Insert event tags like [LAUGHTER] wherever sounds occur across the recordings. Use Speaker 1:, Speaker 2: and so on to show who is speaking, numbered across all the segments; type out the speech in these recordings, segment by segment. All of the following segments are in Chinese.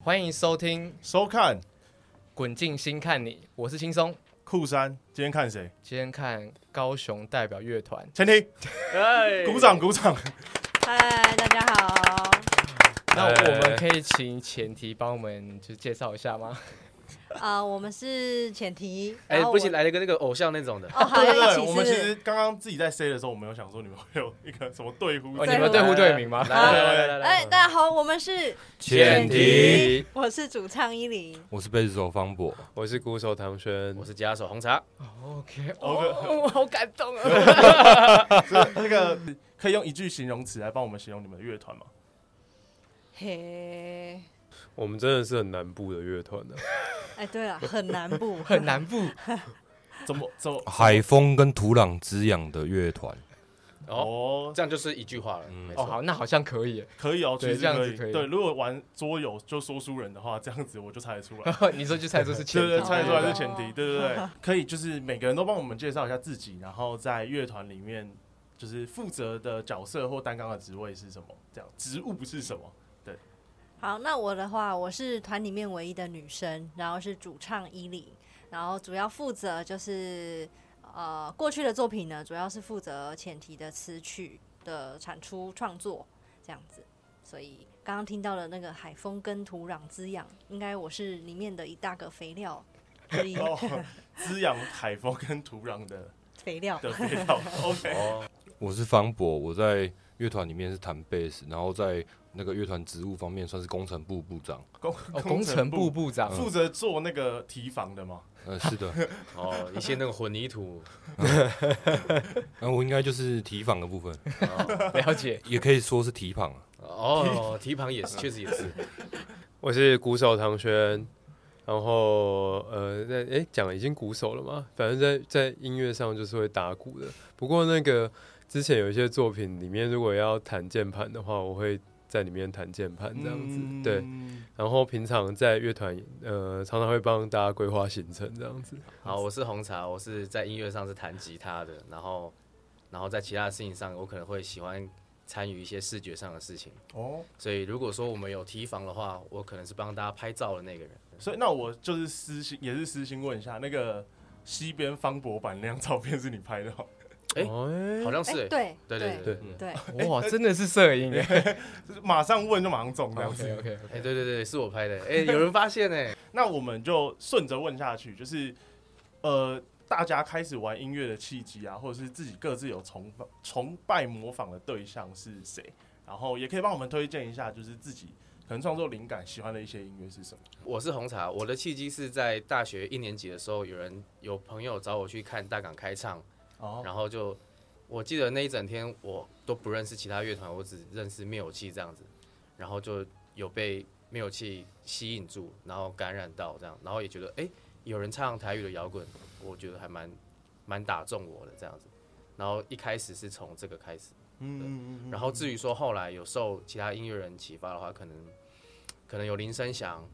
Speaker 1: 欢迎收听《
Speaker 2: 收看
Speaker 1: 滚进新看你》，我是轻松。
Speaker 2: 酷山，今天看谁？
Speaker 1: 今天看高雄代表乐团，
Speaker 2: 前庭，
Speaker 3: 哎
Speaker 2: 鼓掌，鼓掌。
Speaker 4: 嗨，大家好。
Speaker 1: 那
Speaker 3: 哎
Speaker 1: 我们可以请前提帮我们就介绍一下吗？
Speaker 4: 啊，我们是浅提。
Speaker 3: 哎，
Speaker 4: 然后
Speaker 3: 不行，
Speaker 4: 我
Speaker 3: 来了个那个偶像那种的，
Speaker 2: [LAUGHS]
Speaker 4: 哦，好，
Speaker 2: 对
Speaker 4: 要一
Speaker 2: 对对，
Speaker 4: 起是
Speaker 2: 我
Speaker 4: 不
Speaker 2: 们其
Speaker 4: 是
Speaker 2: 实？刚刚自己在 C 的时候，我们有想说你们会有一个什么对呼之
Speaker 1: 哦，
Speaker 2: 类
Speaker 1: 你
Speaker 2: 的。
Speaker 1: 们
Speaker 4: 对
Speaker 1: 队呼
Speaker 3: 来
Speaker 1: 队名吗？
Speaker 3: 来来来来来
Speaker 4: 哎，
Speaker 3: 来，
Speaker 4: 大家好，我们是
Speaker 5: 前提，
Speaker 4: 我是主唱依林。
Speaker 5: 我是贝斯手方博，
Speaker 6: 我是鼓手唐轩
Speaker 3: 我，是家手红茶，
Speaker 1: OK，哦
Speaker 4: 哦
Speaker 1: [LAUGHS]
Speaker 2: OK，
Speaker 1: 我好感动啊！
Speaker 2: 这哦个可以用一句形容词来帮我们形容你们的乐团吗？
Speaker 4: 嘿，
Speaker 6: 我们真的是很南部的乐团啊的，
Speaker 4: 哎，对了，很南部，
Speaker 1: 很南部，
Speaker 2: 怎么怎么？
Speaker 5: [LAUGHS] 海风跟土壤滋养的乐团，
Speaker 3: 哦，
Speaker 2: 哦，
Speaker 3: 这样就是一句话了，没
Speaker 1: 哦，
Speaker 3: 错，
Speaker 1: 好，那好像可以。
Speaker 2: 可以哦，其
Speaker 1: 对
Speaker 2: 实
Speaker 1: 这样
Speaker 2: 可
Speaker 1: 子
Speaker 2: 以。
Speaker 1: 可以
Speaker 2: 对，如果玩桌游就说书人的话，这样子我就猜得出来。
Speaker 1: [LAUGHS] 你说就猜这是 [LAUGHS] 前
Speaker 2: 对
Speaker 1: 提，
Speaker 2: 对，猜得出来是
Speaker 4: 哦
Speaker 2: 前提，对对对。可以，就是每个人都帮我们介绍一下自己，然后在乐团里面就是负责的角色或担纲的职位是什么？这样职务是什么？
Speaker 4: 好，那我的话，我是团里面唯一的女生，然后是主唱伊里，然后主要负责就是呃过去的作品呢，主要是负责前提的词曲的产出创作这样子，所以刚刚听到的那个海风跟土壤滋养，应该我是里面的一大个肥料之一，
Speaker 2: 哦，滋养海风跟土壤的
Speaker 4: 肥料哎
Speaker 2: 的肥料。OK，
Speaker 3: 哦，
Speaker 5: 我是方博，我在乐团里面是弹贝斯，然后在那个乐团职务方面算是工程部部长，
Speaker 2: 工
Speaker 1: 哦，工程部嗯部长，
Speaker 2: 负责做那个提防的嘛。
Speaker 5: 呃，
Speaker 3: [LAUGHS]
Speaker 5: 是的，
Speaker 3: 哦，一些那个混凝土，
Speaker 5: 那呃我应该就是提防的部分，
Speaker 1: 了
Speaker 5: [LAUGHS]
Speaker 1: 解。
Speaker 5: 也可以说是提防啊，
Speaker 3: 哦，蹄膀也是，确实也是，
Speaker 6: 我是鼓手唐轩。然后呃，在哎讲了已经鼓手了嘛，反正在在音乐上就是会打鼓的。不过那个之前有一些作品里面，如果要弹键盘的话，我会在里面弹键盘这样子。
Speaker 2: 嗯
Speaker 6: 对，然后平常在乐团呃，常常会帮大家规划行程这样子。
Speaker 3: 好，我是红茶，我是在音乐上是弹吉他的，然后然后在其他的事情上，我可能会喜欢参与一些视觉上的事情，
Speaker 2: 哦，
Speaker 3: 所以如果说我们有提防的话，我可能是帮大家拍照的那个人。
Speaker 2: 所以那我就是私心，也是私心问一下，那个西边方博版那张照片是你拍的吗？
Speaker 3: 哎
Speaker 6: 哦哎
Speaker 3: 好像
Speaker 4: 哎
Speaker 3: 是、欸，
Speaker 4: 对
Speaker 3: 对对
Speaker 4: 对
Speaker 3: 对对，
Speaker 4: 对，
Speaker 1: 哇，真的是摄影哎。
Speaker 2: 就是马上问就马上中这样子。
Speaker 1: OK OK，
Speaker 3: 哎、对对对，是我拍的、哎、有人发现哎、
Speaker 2: 那我们就顺着问下去，就是呃，大家开始玩音乐的契机啊，或者是自己各自有崇拜崇拜模仿的对象是谁，然后也可以帮我们推荐一下，就是自己可能创作灵感喜欢的一些音乐是什么。
Speaker 3: 我是红茶，我的契机是在大学一年级的时候，有人有朋友找我去看大港开唱，
Speaker 2: 哦，
Speaker 3: 然后就我记得那一整天我都不认识其他乐团，我只认识灭火器这样子，然后就有被灭火器吸引住，然后感染到这样，然后也觉得哎、有人唱台语的摇滚，我觉得还蛮蛮打中我的这样子，然后一开始是从这个开始。
Speaker 2: 嗯
Speaker 3: 然后至于说后来有受其他音乐人启发的话，可能可能有林声祥，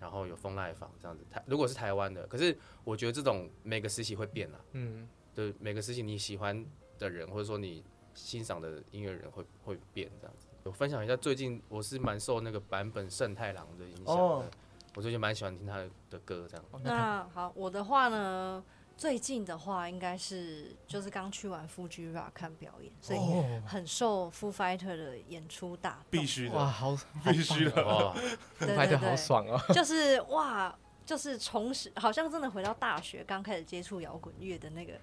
Speaker 3: 然后有风来坊这样子。台如果是台湾的，可是我觉得这种每个时期会变啦，
Speaker 1: 嗯，
Speaker 3: 就是每个时期你喜欢的人或者说你欣赏的音乐人会会变这样子。我分享一下，最近我是蛮受那个坂本胜太郎的影响的，
Speaker 2: 哦
Speaker 3: 我最近蛮喜欢听他的的歌这样。
Speaker 6: [LAUGHS]
Speaker 4: 那好，我的话呢，最近的话应该是就是刚去完 Fuji Rock 看表演，所以
Speaker 1: 哦，
Speaker 4: 很受 Foo Fighter 的演出打动
Speaker 2: 必须
Speaker 1: 哇，
Speaker 2: 的，
Speaker 1: 好，啊
Speaker 2: 必须的。
Speaker 3: 哇，
Speaker 4: 对
Speaker 1: 拍
Speaker 4: 对
Speaker 1: 的好
Speaker 4: 对，
Speaker 1: 爽哦。
Speaker 4: [LAUGHS] 就是哇，就是重拾，好像真的回到大学刚开始接触摇滚乐的那个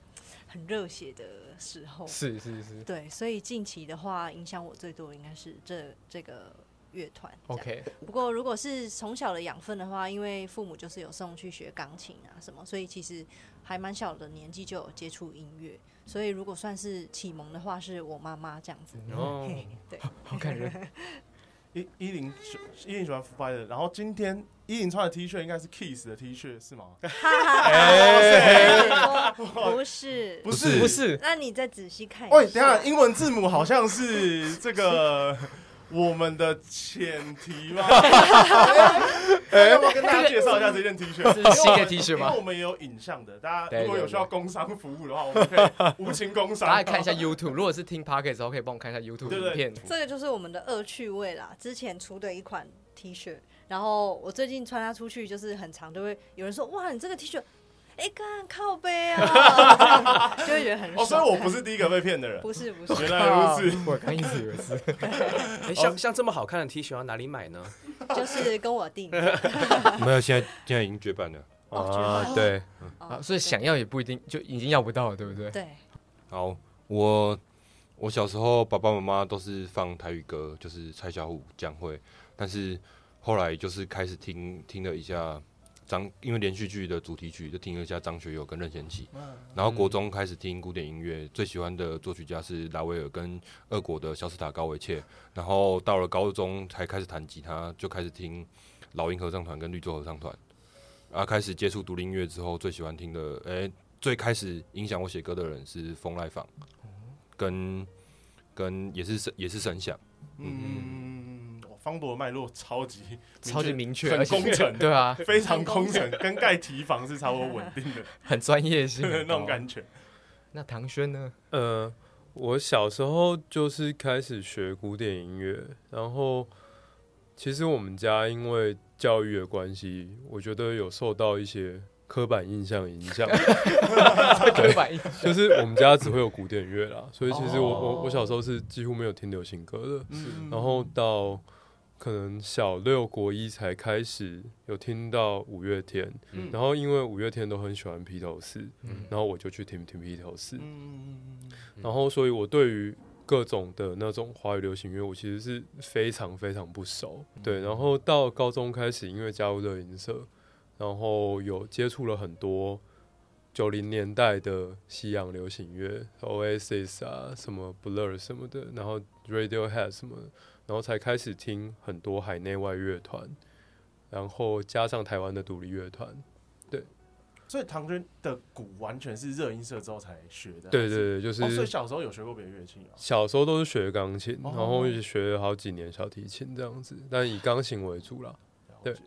Speaker 4: 很热血的时候。
Speaker 1: 是是是
Speaker 4: 对，所以近期的话，影响我最多的应该是这这个乐团。这样
Speaker 1: ，OK，
Speaker 4: 不过如果是从小的养分的话，因为父母就是有送去学钢琴啊什么，所以其实还蛮小的年纪就有接触音乐。所以如果算是启蒙的话，是我妈妈这样
Speaker 2: 嗯
Speaker 4: [LAUGHS] 子。
Speaker 3: 然后
Speaker 4: 嘿对，
Speaker 1: 好感人。
Speaker 2: 一一零喜一零喜欢 Foo Fighter，然后今天一零穿的 T 恤应该是 Kiss 的 T 恤是吗？
Speaker 4: 哈哈，哎不是，
Speaker 2: 不
Speaker 5: 是
Speaker 1: 不
Speaker 2: 是，
Speaker 1: 是，
Speaker 4: 那你再仔细看一下。
Speaker 2: 喂，等一下英文字母好像是这个我们的前提吗？哎，要不要跟大家介绍一下这件 T 恤？
Speaker 1: 是新的 T 恤
Speaker 2: 因
Speaker 1: 吗
Speaker 2: 为？我们也有影像的，大家
Speaker 1: 对
Speaker 2: 如果有
Speaker 1: 对
Speaker 2: 需要工商服务的话，我们可以无情工商。
Speaker 1: 大家看一下 YouTube，如果是听 Podcast 的时候，可以帮我看一下 YouTube
Speaker 2: 对对
Speaker 1: 影片。
Speaker 4: 这个就是我们的恶趣味啦。之前出的一款 T 恤，然后我最近穿它出去，就是很常都会有人说：“哇，你这个 T 恤，哎，看靠背啊！” [LAUGHS] 就会觉得很爽。
Speaker 2: 哦，所以我不是第一个被骗的人。
Speaker 4: 不是不是，
Speaker 2: 原来如此，
Speaker 1: 我刚一直以为是，
Speaker 3: 哎、像像这么好看的 T 恤要哪里买呢？
Speaker 4: [LAUGHS] 就是跟我定
Speaker 3: [LAUGHS]
Speaker 5: 没有，现在现在已经绝版了。
Speaker 4: 哦绝版
Speaker 6: 啊，
Speaker 4: 了
Speaker 6: 对，
Speaker 1: 啊，所以想要也不一定就已经要不到了，对不对？
Speaker 3: [LAUGHS]
Speaker 4: 哦对
Speaker 5: 好，我我小时候爸爸妈妈都是放台语歌，就是蔡小虎、蒋惠，但是后来就是开始听听了一下张，因为连续剧的主题曲就听了一下张学友跟任贤齐，然后国中开始听古典音乐，最喜欢的作曲家是拉威尔跟俄国的肖斯塔高维切，然后到了高中才开始弹吉他，就开始听老鹰合唱团跟绿洲合唱团。啊，开始接触独立音乐之后，最喜欢听的，诶、最开始影响我写歌的人是风来坊，跟跟也是神也是神响，
Speaker 2: 嗯，哦方博的脉络超级
Speaker 1: 超级明确，
Speaker 2: 很
Speaker 1: 而且
Speaker 2: 工整
Speaker 1: [LAUGHS] 对啊，
Speaker 2: 非常工整，跟盖提防是差不多稳定的
Speaker 1: 很专业
Speaker 2: [LAUGHS]
Speaker 1: 性
Speaker 2: 那种
Speaker 1: 觉。
Speaker 2: 感觉。
Speaker 1: 那唐轩
Speaker 2: [LAUGHS]
Speaker 1: 呢？
Speaker 6: 呃，我小时候就是开始学古典音乐，然后其实我们家因为教育的关系，我觉得有受到一些刻板印象影响，
Speaker 1: 刻板印
Speaker 6: 就是我们家只会有古典乐啦，所以其实我
Speaker 1: 哦
Speaker 6: 我我小时候是几乎没有听流行歌的，
Speaker 2: 嗯
Speaker 6: 然后到可能小六国一才开始有听到五月天，
Speaker 3: 嗯
Speaker 6: 然后因为五月天都很喜欢披头士，
Speaker 1: 嗯
Speaker 6: 然后我就去听听披头士，
Speaker 2: 嗯，
Speaker 6: 然后所以我对于各种的那种华语流行乐，我其实是非常非常不熟。对，然后到高中开始，因为加入热音社，然后有接触了很多九零年代的西洋流行乐，Oasis 啊，什么 Blur 什么的，然后 Radiohead 什么的，然后才开始听很多海内外乐团，然后加上台湾的独立乐团。
Speaker 2: 所以唐军的鼓完全是热音社之后才学的，
Speaker 6: 对对对，就
Speaker 2: 哦，所以
Speaker 6: 是
Speaker 2: 小时候有学过别的乐器啊？
Speaker 6: 小时候都是学钢琴，
Speaker 2: 哦
Speaker 6: 然后也学了好几年小提琴这样子，但以钢琴为主啦。
Speaker 2: [LAUGHS] 了解，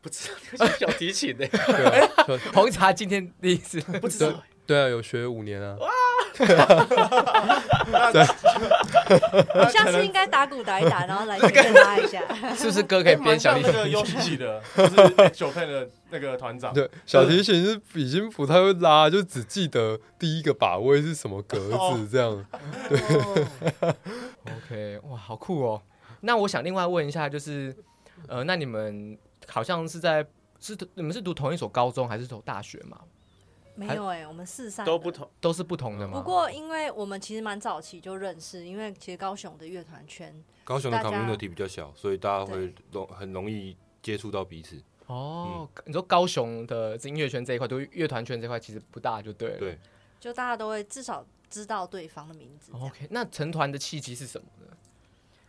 Speaker 3: 不知道， [LAUGHS] 小提琴呢、
Speaker 6: 对啊，小
Speaker 1: 红茶今天第一次，
Speaker 3: 不知道。
Speaker 6: 对啊，有学五年啊。
Speaker 4: 我
Speaker 3: 啊
Speaker 4: 下次应该打鼓打一
Speaker 3: [LAUGHS]
Speaker 4: 打，然后来学着拉一下。
Speaker 1: 是不是哥可以编小
Speaker 2: 蛮 [LAUGHS]
Speaker 1: 提
Speaker 2: 像
Speaker 1: 琴
Speaker 2: 那？个 y o s 的，
Speaker 6: [LAUGHS]
Speaker 2: 就是九配的那个团长，
Speaker 6: 对，小提琴是已经不太会拉，就只记得第一个把位是什么格
Speaker 2: 哦
Speaker 6: 子这样。
Speaker 1: [LAUGHS] OK，哇，好酷哦！那我想另外问一下，就是，呃，那你们好像是在是你们是读同一所高中还是读大学嘛？
Speaker 4: 没有哎、我们四三
Speaker 3: 都不同，啊
Speaker 1: 都是不同的吗？
Speaker 4: 不过，因为我们其实蛮早期就认识，因为其实高雄的乐团圈，
Speaker 5: 高雄的
Speaker 4: 大家
Speaker 5: community 比较小，所以大家会
Speaker 4: 对
Speaker 5: 容很容易接触到彼此。
Speaker 1: 哦，
Speaker 2: 嗯
Speaker 1: 你说高雄的音乐圈这一块，对于乐团圈这一块其实不大，就对了。
Speaker 5: 对，
Speaker 4: 就大家都会至少知道对方的名
Speaker 3: 哦
Speaker 4: 字这样。
Speaker 1: 哦 OK，那成团的契机是什么呢？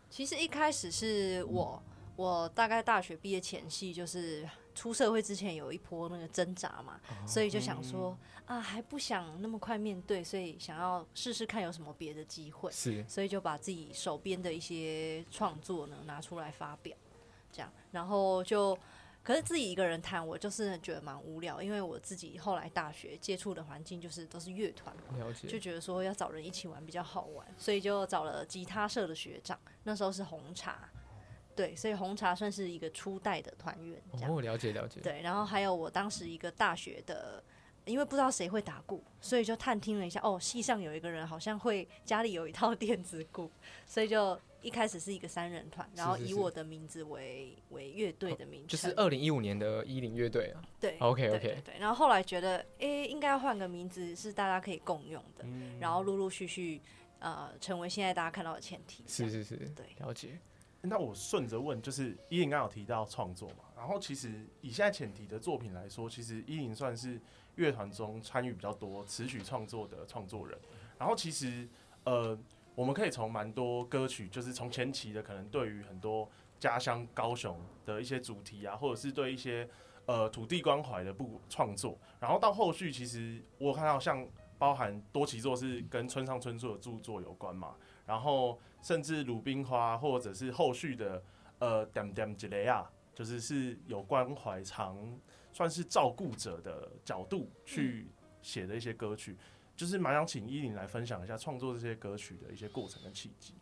Speaker 4: 其实一开始是我，我大概大学毕业前夕，就是出社会之前有一波那个挣扎嘛，
Speaker 3: 哦
Speaker 4: 所以就
Speaker 3: 嗯
Speaker 4: 想说啊，还不想那么快面对，所以想要试试看有什么别的机会，
Speaker 1: 是
Speaker 4: 所以就把自己手边的一些创作呢拿出来发表，这样，然后就。可是自己一个人弹，我就是觉得蛮无聊，因为我自己后来大学接触的环境就是都是乐团嘛，
Speaker 1: 了
Speaker 4: 就
Speaker 1: 解，
Speaker 4: 觉得说要找人一起玩比较好玩，所以就找了吉他社的学长，那时候是红茶，对，所以红茶算是一个初代的团员这样。
Speaker 1: 哦，了解了解。
Speaker 4: 对，然后还有我当时一个大学的，因为不知道谁会打鼓，所以就探听了一下，哦，系上有一个人好像会家里有一套 [LAUGHS] 电子鼓，所以就一开始是一个三人团，然后
Speaker 1: 是是哦
Speaker 4: 以我的名字为为乐队的名称，
Speaker 1: 就是二零一五年的一零乐队啊，
Speaker 4: 对
Speaker 1: OK，
Speaker 4: 对
Speaker 1: OK
Speaker 4: 对对。然后后来觉得，诶，应该要换个名字是大家可以共用的，
Speaker 1: 嗯
Speaker 4: 然后陆陆续续呃成为现在大家看到的前提。
Speaker 1: 是
Speaker 4: 这
Speaker 1: 是
Speaker 4: 样
Speaker 1: 是，
Speaker 4: 对，
Speaker 1: 了解。
Speaker 2: 那我顺着问，就是依林刚刚有提到创作嘛，然后其实以现在前提的作品来说，其实依林算是乐团中参与比较多词曲创作的创作人。然后其实呃，我们可以从蛮多歌曲，就是从前期的可能对于很多家乡高雄的一些主题啊，或者是对一些呃土地关怀的不创作，然后到后续其实我有看到像包含多崎作是跟村上春树的著作有关嘛，然后甚至鲁冰花或者是后续的呃点点吉雷亚，就是是有关怀常算是照顾者的角度去
Speaker 1: 嗯
Speaker 2: 写的一些歌曲，就是蛮想请依林来分享一下创作这些歌曲的一些过程跟契机。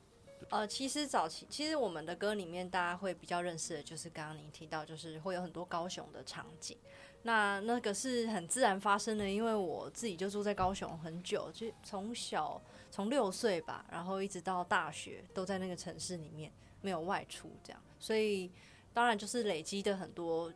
Speaker 4: 呃，其实早期其实我们的歌里面，大家会比较认识的就是刚刚您提到，就是会有很多高雄的场景。那那个是很自然发生的，因为我自己就住在高雄很久，就从小从六岁吧，然后一直到大学都在那个城市里面，没有外出这样，所以当然就是累积的很多，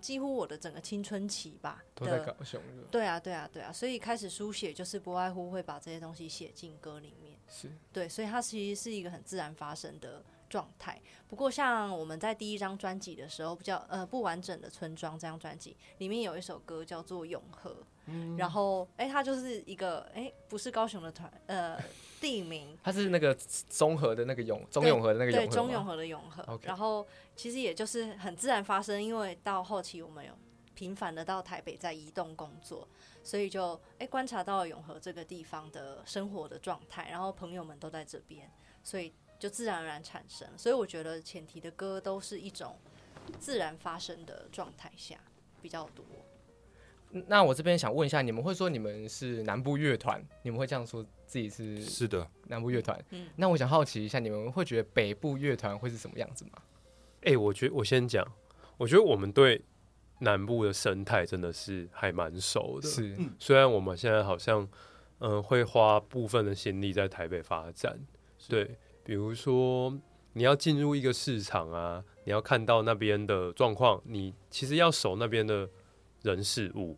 Speaker 4: 几乎我的整个青春期吧
Speaker 1: 都在
Speaker 4: 的
Speaker 1: 高雄了，
Speaker 4: 对啊，对啊，对啊，所以开始书写就是不外乎会把这些东西写进歌里面。
Speaker 1: 是
Speaker 4: 对，所以它其实是一个很自然发生的状态。不过，像我们在第一张专辑的时候，比较呃不完整的村庄这张专辑里面有一首歌叫做《永和》，
Speaker 1: 嗯
Speaker 4: 然后哎、它就是一个哎、不是高雄的团呃地名，
Speaker 1: 它是那个综合的那个永中
Speaker 4: 对
Speaker 1: 永和的那个
Speaker 4: 对
Speaker 1: 永和
Speaker 4: 中
Speaker 1: 吗
Speaker 4: 永和的永和。
Speaker 1: OK
Speaker 4: 然后其实也就是很自然发生，因为到后期我们有频繁的到台北在移动工作，所以就哎观察到了永和这个地方的生活的状态，然后朋友们都在这边，所以就自然而然产生。所以我觉得前提的歌都是一种自然发生的状态下比较多。
Speaker 1: 那我这边想问一下，你们会说你们是南部乐团，你们会这样说自己
Speaker 2: 嗯
Speaker 1: 是
Speaker 5: 是的，
Speaker 1: 南部乐团？
Speaker 4: 嗯
Speaker 1: 那我想好奇一下，你们会觉得北部乐团会是什么样子吗？
Speaker 6: 哎、我觉我先讲，我觉得我们对南部的生态真的是还蛮熟的。
Speaker 1: 是
Speaker 2: 嗯
Speaker 6: 虽然我们现在好像嗯、呃会花部分的心力在台北发展，对，比如说你要进入一个市场啊，你要看到那边的状况，你其实要熟那边的人事物。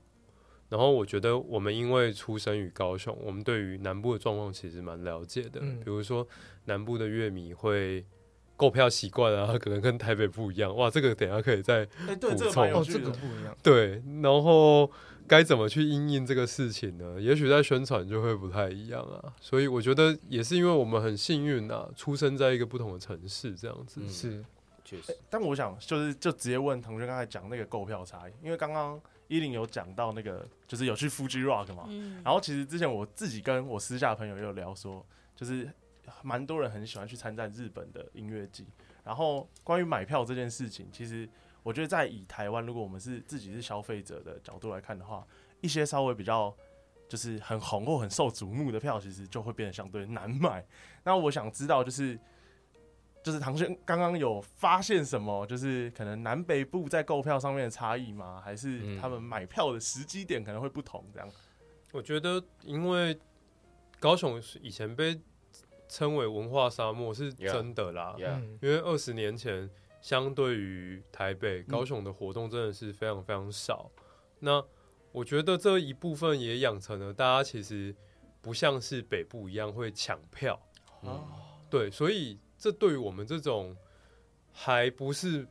Speaker 6: 然后我觉得我们因为出生于高雄，我们对于南部的状况其实蛮了解的。
Speaker 1: 嗯
Speaker 6: 比如说南部的乐迷会购票习惯啊，可能跟台北不一样。哇，这个等一下可以再
Speaker 2: 哎、对，
Speaker 6: 补
Speaker 2: 这个
Speaker 6: 充
Speaker 2: 蛮
Speaker 1: 哦，
Speaker 2: 有
Speaker 1: 这
Speaker 2: 趣
Speaker 1: 个
Speaker 2: 的。
Speaker 1: 不一样。
Speaker 6: 对，然后该怎么去应应这个事情呢？也许在宣传就会不太一样啊。所以我觉得也是因为我们很幸运啊，出生在一个不同的城市这样子。
Speaker 3: 嗯
Speaker 1: 是
Speaker 3: 确实，
Speaker 2: 但我想就是就直接问腾讯刚才讲那个购票差异，因为刚刚依林有讲到那个就是有去 Fuji Rock 嘛，
Speaker 4: 嗯，
Speaker 2: 然后其实之前我自己跟我私下的朋友也有聊说，就是呃蛮多人很喜欢去参战日本的音乐季。然后关于买票这件事情，其实我觉得在以台湾，如果我们是自己是消费者的角度来看的话，一些稍微比较就是很红或很受瞩目的票，其实就会变得相对难买。那我想知道就是。就是唐轩刚刚有发现什么？就是可能南北部在购票上面的差异吗？还是
Speaker 3: 嗯
Speaker 2: 他们买票的时机点可能会不同？这样？
Speaker 6: 我觉得因为高雄是以前被称为文化沙漠是
Speaker 3: Yeah
Speaker 6: 真的啦
Speaker 3: Yeah
Speaker 1: 嗯
Speaker 6: 因为二十年前相对于台北、
Speaker 3: 嗯
Speaker 6: 高雄的活动真的是非常非常少。那我觉得这一部分也养成了大家其实不像是北部一样会抢票。
Speaker 3: 嗯，
Speaker 6: 对，所以这对于我们这种还不是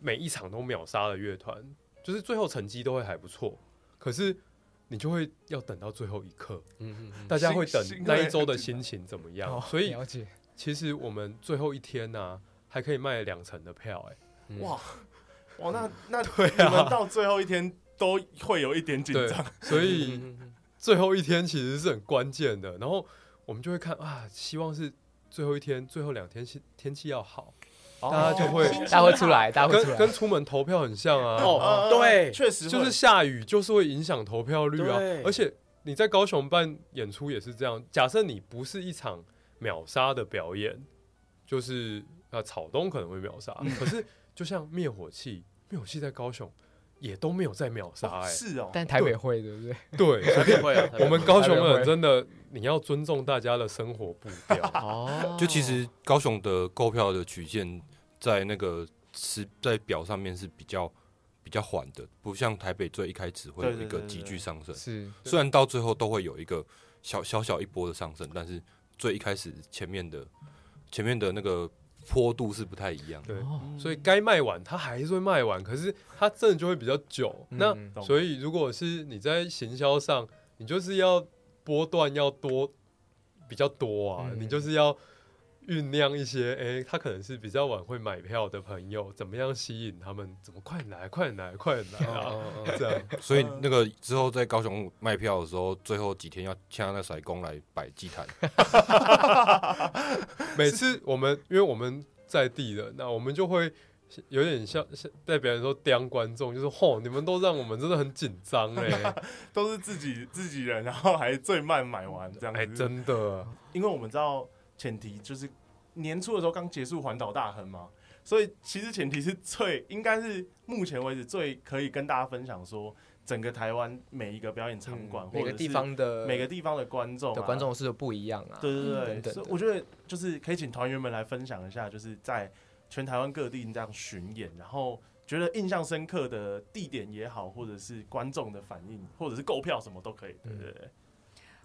Speaker 6: 每一场都秒杀的乐团，就是最后成绩都会还不错，可是你就会要等到最后一刻，
Speaker 3: 嗯嗯，
Speaker 6: 大家会等
Speaker 2: 心心
Speaker 6: 那一
Speaker 2: 会
Speaker 6: 周的
Speaker 2: 很紧
Speaker 6: 心
Speaker 2: 张
Speaker 6: 情怎么样
Speaker 1: 哦。
Speaker 6: 所以
Speaker 1: 了解，
Speaker 6: 其实我们最后一天呢、还可以卖两成的票、哎，
Speaker 3: 嗯
Speaker 2: 哇哇，哦那那
Speaker 6: [LAUGHS] 对
Speaker 2: 你们
Speaker 6: 啊，
Speaker 2: 到最后一天都会有一点紧
Speaker 6: 对
Speaker 2: 张，，
Speaker 6: 所以
Speaker 3: 嗯嗯
Speaker 6: 最后一天其实是很关键的。然后我们就会看啊，希望是最后一天，最后两天天天气要好，大家就会
Speaker 4: 心情
Speaker 1: 大家会出来，大家会出
Speaker 6: 跟
Speaker 1: 来
Speaker 6: 跟。出门投票很像啊。
Speaker 3: 哦，对，
Speaker 2: 确实
Speaker 6: 就
Speaker 2: 会
Speaker 6: 是下雨就是会影响投票率啊
Speaker 3: 对。
Speaker 6: 而且你在高雄办演出也是这样，假设你不是一场秒杀的表演，就是啊草东可能会秒杀，可是就像灭火器，灭火器在高雄也都没有在秒杀
Speaker 2: 哦
Speaker 6: 哎、
Speaker 2: 是哦，
Speaker 1: 但台北会对不对？
Speaker 6: 对，所以
Speaker 3: 台北会 [LAUGHS] 啊，台北会
Speaker 6: 我们高雄
Speaker 1: 台北
Speaker 6: 人
Speaker 1: 会
Speaker 6: 真的你要尊重大家的生活步调。
Speaker 1: 哦
Speaker 5: 就其实高雄的购票的曲线在那个时在表上面是比较比较缓的，不像台北最一开始会有
Speaker 2: 对
Speaker 5: 一
Speaker 2: 对
Speaker 5: 个
Speaker 2: 对对
Speaker 5: 急剧上升。
Speaker 1: 是
Speaker 5: 虽然到最后都会有一个小小小一波的上升，但是最一开始前面的前面的那个坡度是不太一样的。
Speaker 6: 对，
Speaker 2: 嗯
Speaker 6: 所以该卖完它还是会卖完，可是它真的就会比较久。那
Speaker 1: 嗯
Speaker 2: 懂
Speaker 6: 所以，如果是你在行销上，你就是要波段要多比较多啊，
Speaker 1: 嗯
Speaker 6: 你就是要酝酿一些，哎、他可能是比较晚会买票的朋友，怎么样吸引他们？怎么快点来，快点来，快点来啊！
Speaker 3: 哦，
Speaker 6: 这样
Speaker 5: 所以那个之后在高雄卖票的时候，最后几天要掐那甩工来摆祭坛，
Speaker 6: 每次我们因为我们在地的，那我们就会。有点像像代表人说刁观众，就是吼，你们都让我们真的很紧张嘞，
Speaker 3: [LAUGHS]
Speaker 2: 都是自己自己人，然后还最慢买完这样子，
Speaker 6: 哎，真的，
Speaker 2: 因为我们知道前提就是年初的时候刚结束环岛大亨嘛，所以其实前提是最应该是目前为止最可以跟大家分享说，整个台湾每一个表演场馆、或
Speaker 1: 嗯每
Speaker 2: 者
Speaker 1: 个
Speaker 2: 是
Speaker 1: 地方的
Speaker 2: 每个地方的观众、啊、
Speaker 1: 的观众是不一样啊。
Speaker 2: 对对
Speaker 1: 嗯
Speaker 2: 对，
Speaker 1: 等
Speaker 2: 所以
Speaker 1: 等
Speaker 2: 我觉得就是可以请团员们来分享一下，就是在全台湾各地这样巡演，然后觉得印象深刻的地点也好，或者是观众的反应，或者是购票什么都可以，对对对。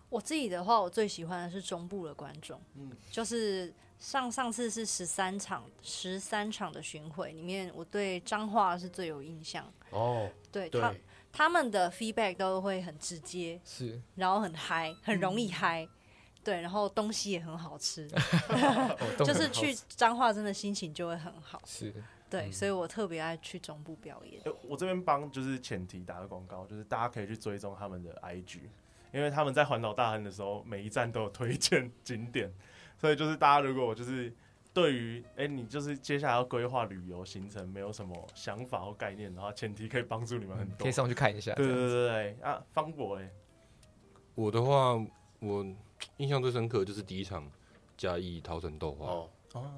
Speaker 4: 我自己的话，我最喜欢的是中部的观众，
Speaker 2: 嗯
Speaker 4: 就是上上次是十三场，十三场的巡回里面，我对彰化是最有印象，
Speaker 3: 哦，
Speaker 4: 对
Speaker 3: 对，
Speaker 4: 他他们的 feedback 都会很直接，
Speaker 1: 是
Speaker 4: 然后很嗨，很容易嗨。对，然后东西也很好吃，哦
Speaker 1: 哦
Speaker 4: 就是去彰化真的心情就会很好。
Speaker 1: 是
Speaker 4: 对，所以我特别爱去中部表演。
Speaker 2: 哎我这边帮就是前提打个广告，就是大家可以去追踪他们的 IG，因为他们在环岛大亨的时候，每一站都有推荐景点，所以就是大家如果就是对于哎、你就是接下来要规划旅游行程没有什么想法或概念的话，前提可以帮助你们很多。
Speaker 1: 嗯可以上去看一下。
Speaker 2: 对
Speaker 1: 这
Speaker 2: 对
Speaker 1: 样子
Speaker 2: 对对啊，方博哎、
Speaker 5: 我的话，我印象最深刻就是第一场嘉义桃城豆花，
Speaker 3: 哦，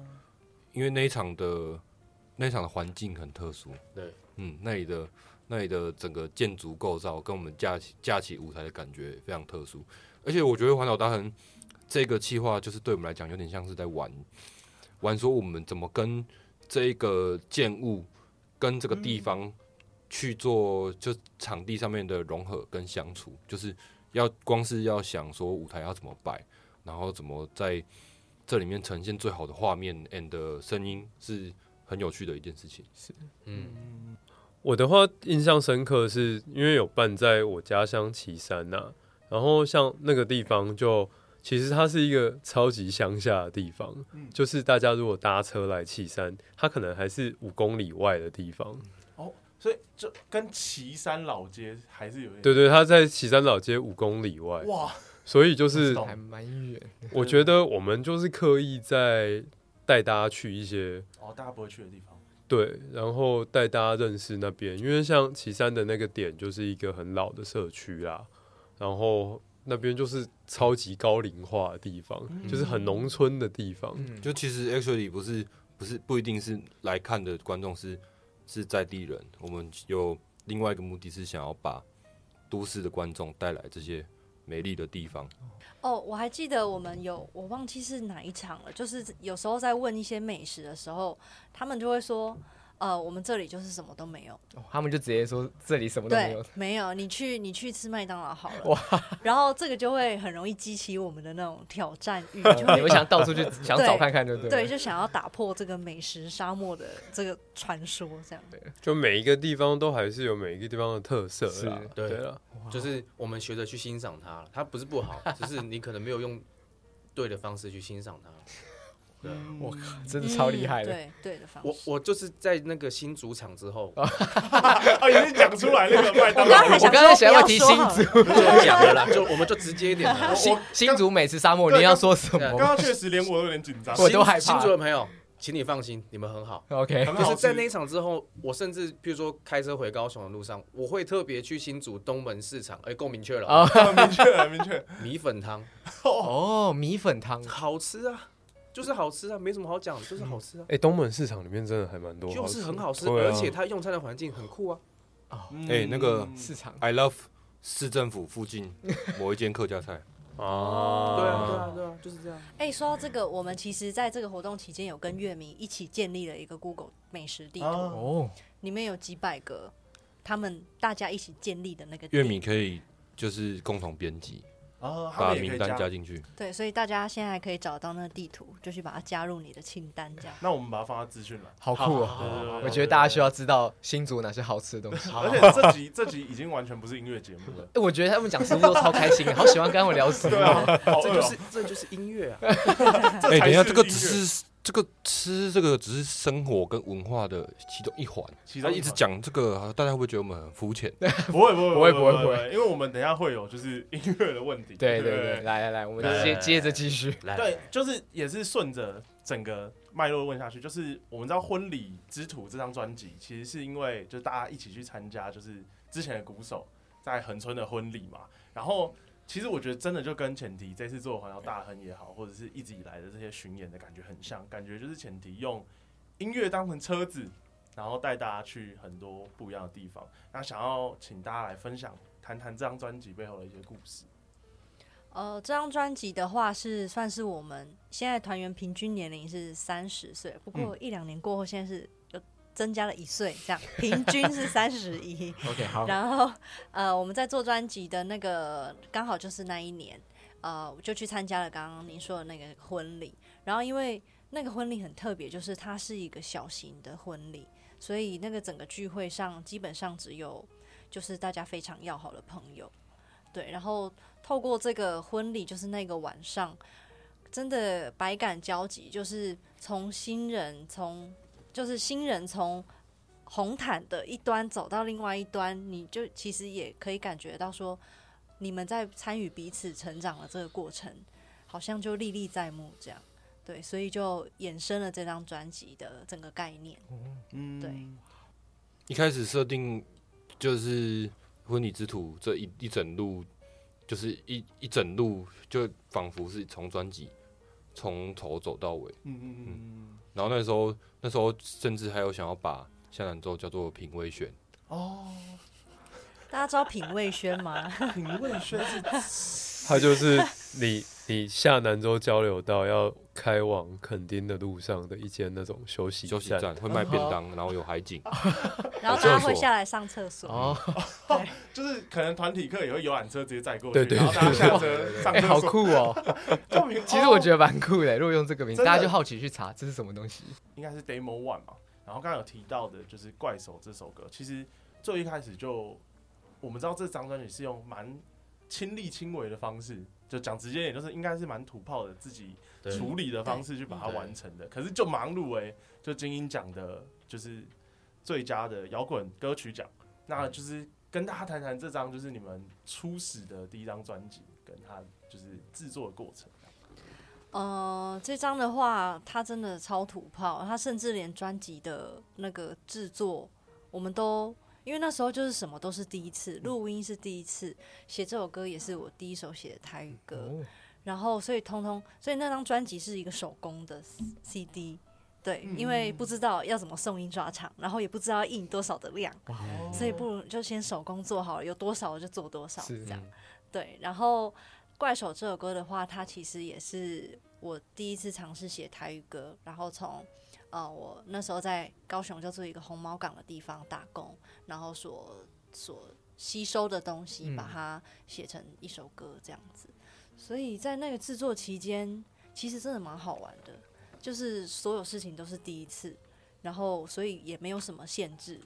Speaker 5: 因为那一场的那一场的环境很特殊，
Speaker 3: 对，
Speaker 5: 嗯，那里的那里的整个建筑构造跟我们架起架起舞台的感觉非常特殊，而且我觉得环岛达恒这个计划就是对我们来讲有点像是在玩玩说我们怎么跟这一个建物跟这个地方去做就场地上面的融合跟相处，就是要光是要想说舞台要怎么摆，然后怎么在这里面呈现最好的画面 and 声音是很有趣的一件事情。
Speaker 3: 嗯，
Speaker 6: 我的话印象深刻是因为有办在我家乡旗山呐、然后像那个地方就其实它是一个超级乡下的地方，就是大家如果搭车来旗山，它可能还是五公里外的地方。
Speaker 2: 哦，所以这跟岐山老街还是有点
Speaker 6: 对对，它在旗山老街五公里外，
Speaker 2: 哇，
Speaker 6: 所以就是
Speaker 2: 懂
Speaker 1: 还蛮远，
Speaker 6: 我觉得我们就是刻意在带大家去一些
Speaker 2: 哦，大家不会去的地方， [LAUGHS]
Speaker 6: 对，然后带大家认识那边，因为像岐山的那个点就是一个很老的社区啦，然后那边就是超级高龄化的地方，就是很农村的地方。
Speaker 1: 嗯，
Speaker 5: 就其实 actually 不是不是不一定是来看的观众是是在地人，我们有另外一个目的是想要把都市的观众带来这些美丽的地方。
Speaker 4: 哦，我还记得我们有，我忘记是哪一场了。就是有时候在问一些美食的时候，他们就会说，呃，我们这里就是什么都没有。
Speaker 1: 哦他们就直接说这里什么都没
Speaker 4: 对
Speaker 1: 有，， [LAUGHS]
Speaker 4: 没有，你去你去吃麦当劳好了。然后这个就会很容易激起我们的那种挑战欲，就
Speaker 1: 哦你
Speaker 4: 会
Speaker 1: 们想到处去想找看看，对不对？
Speaker 4: 对，，就想要打破这个美食沙漠的这个传说，这样。
Speaker 6: 就每一个地方都还是有每一个地方的特色啦
Speaker 1: 是，
Speaker 6: 对
Speaker 3: 对
Speaker 6: 啦，
Speaker 3: 就是我们学着去欣赏它，它不是不好，只是你可能没有用对的方式去欣赏它。对，啊
Speaker 1: 我靠，真的超厉害的。
Speaker 4: 嗯对对的方
Speaker 3: 我
Speaker 4: 式。
Speaker 3: 我就是在那个新主场之后，
Speaker 2: 啊，已经讲出来那个麦
Speaker 1: [LAUGHS]
Speaker 2: 当
Speaker 4: 我刚
Speaker 2: 劳
Speaker 4: 才，
Speaker 1: 我刚才想
Speaker 4: 想
Speaker 1: 要
Speaker 4: 说
Speaker 1: 提
Speaker 4: 不要
Speaker 1: 新
Speaker 4: 说好
Speaker 1: 竹，
Speaker 4: 了
Speaker 3: 不用讲了啦，就我们就直接一
Speaker 1: [LAUGHS]
Speaker 3: 点啦。
Speaker 1: 新新竹美食沙漠，你要说什
Speaker 2: 刚
Speaker 1: 么
Speaker 2: 刚确实连我都有点紧张，
Speaker 1: 我都害怕
Speaker 3: 新新竹的朋友，请你放心，你们很好。
Speaker 1: ？OK，
Speaker 2: 很
Speaker 3: 就
Speaker 2: 好
Speaker 3: 是
Speaker 2: 吃
Speaker 3: 在那一场之后，我甚至譬如说开车回高雄的路上，我会特别去新竹东门市场，哎、够明确了啊，
Speaker 2: 很明确很明确，
Speaker 3: 米粉汤
Speaker 1: 哦，米粉汤
Speaker 3: 好吃啊，就是好吃啊，没什么好讲，就是好吃啊，
Speaker 6: [LAUGHS] 哎、东门市场里面真的还蛮多
Speaker 3: 就
Speaker 6: 好吃的，
Speaker 3: 是很好吃，
Speaker 6: 对啊
Speaker 3: 而且它用餐的环境很酷啊，
Speaker 5: 哎那个
Speaker 1: 市场，
Speaker 2: 嗯
Speaker 5: I love 市政府附近某一间客家 [LAUGHS] 菜，
Speaker 6: 啊，哦
Speaker 3: 对啊，对啊，对啊，就是这样。
Speaker 4: 哎、说到这个，我们其实在这个活动期间有跟乐迷一起建立了一个 Google 美食地图，
Speaker 2: 啊
Speaker 1: 哦，
Speaker 4: 里面有几百个他们大家一起建立的那个
Speaker 5: 乐
Speaker 4: 点
Speaker 5: 米可以就是共同编辑，
Speaker 2: 啊，他
Speaker 5: 把
Speaker 2: 们也可
Speaker 5: 名
Speaker 2: 以
Speaker 5: 单
Speaker 2: 加
Speaker 5: 加。进去。
Speaker 4: 对，所以大家现在可以找到那个地图，就去把它加入你的清单，这样。
Speaker 2: 那我们把它放在资讯栏。
Speaker 1: 好酷
Speaker 3: 好
Speaker 1: 哦！
Speaker 3: 好好
Speaker 1: 我觉得大家需要知道新竹有哪些好吃的东西。
Speaker 2: 而且这集这集已经完全不是音乐节目了，
Speaker 1: 哎，我觉得他们讲食物都超开心的，好喜欢跟我聊食物
Speaker 2: 对。啊，好
Speaker 3: 这
Speaker 2: 饿
Speaker 6: 哎
Speaker 3: 就是
Speaker 2: 哦！
Speaker 3: 这就是音乐
Speaker 6: [LAUGHS]
Speaker 3: 啊，
Speaker 2: 这
Speaker 5: 哎、
Speaker 2: 才
Speaker 5: 等一下，
Speaker 2: 是
Speaker 5: 这个
Speaker 2: 音
Speaker 5: 只
Speaker 2: 乐
Speaker 5: 是这个吃这个只是生活跟文化的其中一环。
Speaker 2: 其
Speaker 5: 他
Speaker 2: 中一环
Speaker 5: 一直讲这个，大家会不会觉得我们很肤浅？
Speaker 2: 不会不会
Speaker 1: 不会不会
Speaker 2: 不会，因为我们等一下会有就是音乐的问题。
Speaker 1: 对对
Speaker 2: 对
Speaker 1: 对，来来来，我们
Speaker 3: 来
Speaker 1: 接
Speaker 3: 来
Speaker 1: 接着继续。
Speaker 3: 来，
Speaker 2: 对，就是也是顺着整个脉络问下去，就是我们知道《婚礼之徒》这张专辑，其实是因为就是大家一起去参加，就是之前的鼓手在恒春的婚礼嘛，然后其实我觉得真的就跟前提这次做环绕大亨也好，或者是一直以来的这些巡演的感觉很像，感觉就是前提用音乐当成车子，然后带大家去很多不一样的地方。那想要请大家来分享谈谈这张专辑背后的一些故事。
Speaker 4: 呃，这张专辑的话是算是我们现在团员平均年龄是三十岁，不
Speaker 1: 嗯
Speaker 4: 过一两年过后，现在是有增加了一岁，
Speaker 1: [LAUGHS]
Speaker 4: 这样平均是三十一。
Speaker 1: OK，好，
Speaker 4: 然后呃，我们在做专辑的那个刚好就是那一年，呃，我就去参加了刚刚您说的那个婚礼。然后因为那个婚礼很特别，就是它是一个小型的婚礼，所以那个整个聚会上基本上只有就是大家非常要好的朋友，对。然后透过这个婚礼，就是那个晚上，真的百感交集，就是从新人从就是新人从红毯的一端走到另外一端，你就其实也可以感觉到说，你们在参与彼此成长的这个过程，好像就历历在目这样。对，所以就衍生了这张专辑的整个概念。
Speaker 2: 嗯
Speaker 4: 对
Speaker 5: 一开始设定就是婚礼之途这一一整路，就是一一整路就仿佛是从专辑从头走到尾。
Speaker 2: 嗯嗯嗯，
Speaker 5: 然后那时候那时候甚至还有想要把下兰州叫做品味选，
Speaker 2: 哦，
Speaker 4: 大家知道品味轩吗？
Speaker 2: 品味轩是
Speaker 6: 它就是你你下南州交流道要开往垦丁的路上的一间那种休息
Speaker 5: 休息
Speaker 6: 站，
Speaker 5: 站会卖便当，然后有海景。
Speaker 4: 然后大家会下来上厕所。 [LAUGHS]
Speaker 1: 哦，
Speaker 2: [LAUGHS] 就是可能团体课也会游览车直接载过去，
Speaker 6: 对对
Speaker 2: 然后大家下
Speaker 3: 对对
Speaker 2: 车
Speaker 3: 对
Speaker 2: 上
Speaker 1: 哎，
Speaker 2: 厕
Speaker 1: 好
Speaker 2: 所。
Speaker 1: 酷哦！
Speaker 2: 就明
Speaker 1: 其实我
Speaker 2: 哦
Speaker 1: 觉得蛮酷的，如果用这个名字，
Speaker 2: 真的
Speaker 1: 大家就好奇去查这是什么东西。
Speaker 2: 应该是 Demo One 嘛。然后刚刚有提到的就是《怪手》这首歌，其实最一开始就我们知道这张专辑是用蛮亲力亲为的方式，就讲直接点，就是应该是蛮土炮的自己
Speaker 3: 对，
Speaker 2: 处理的方式去把它完成的。可是就忙碌为就金鹰奖的，就是最佳的摇滚歌曲奖，那就是跟大家谈谈这张就是你们初始的第一张专辑，跟它就是制作的过程。
Speaker 4: 呃，这张的话，它真的超土炮，它甚至连专辑的那个制作，我们都因为那时候就是什么都是第一次，录音是第一次，写这首歌也是我第一首写的台语歌，
Speaker 1: 哦
Speaker 4: 然后所以通通，所以那张专辑是一个手工的 CD。对，
Speaker 2: 嗯
Speaker 4: 因为不知道要怎么送印刷厂，然后也不知道要印多少的量，
Speaker 1: 哇，哦
Speaker 4: 所以不如就先手工做好了，有多少我就做多少
Speaker 6: 是
Speaker 4: 这样。对，然后《怪手》这首歌的话，它其实也是我第一次尝试写台语歌，然后从呃我那时候在高雄叫做一个红毛港的地方打工，然后所所吸收的东西，
Speaker 1: 嗯
Speaker 4: 把它写成一首歌这样子。所以在那个制作期间，其实真的蛮好玩的，就是所有事情都是第一次，然后所以也没有什么限制，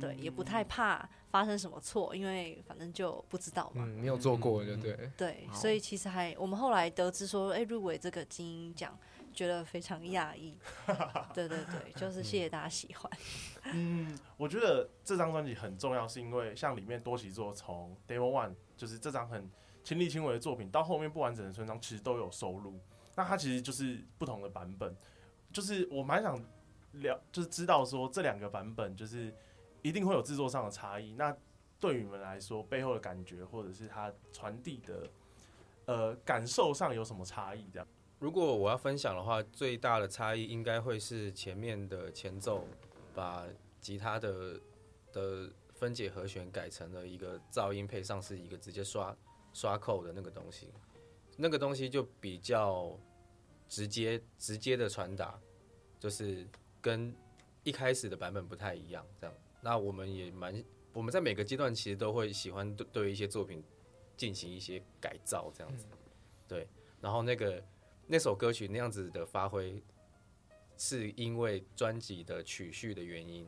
Speaker 4: 对，也不太怕发生什么错，因为反正就不知道嘛。
Speaker 1: 嗯，没有做过，对不对？
Speaker 4: 对，
Speaker 1: 好
Speaker 4: 所以其实还我们后来得知说，哎、入围这个金鹰奖，觉得非常
Speaker 1: [LAUGHS]
Speaker 4: 讶异。对对对，就是谢谢大家喜欢。
Speaker 2: 嗯，我觉得这张专辑很重要，是因为像里面多奇作从 Demo One 就是这张很亲力亲为的作品，到后面不完整的村庄其实都有收录。那它其实就是不同的版本，就是我蛮想了，就是知道说这两个版本就是一定会有制作上的差异。那对于你们来说，背后的感觉或者是它传递的呃感受上有什么差异？这样，
Speaker 3: 如果我要分享的话，最大的差异应该会是前面的前奏把吉他的的分解和弦改成了一个噪音，配上是一个直接刷刷扣的那个东西，那个东西就比较直接直接的传达，就是跟一开始的版本不太一样。这样，那我们也蛮我们在每个阶段其实都会喜欢对对一些作品进行一些改造，这样子，对，然后那个。那首歌曲那样子的发挥，是因为专辑的曲序的原因，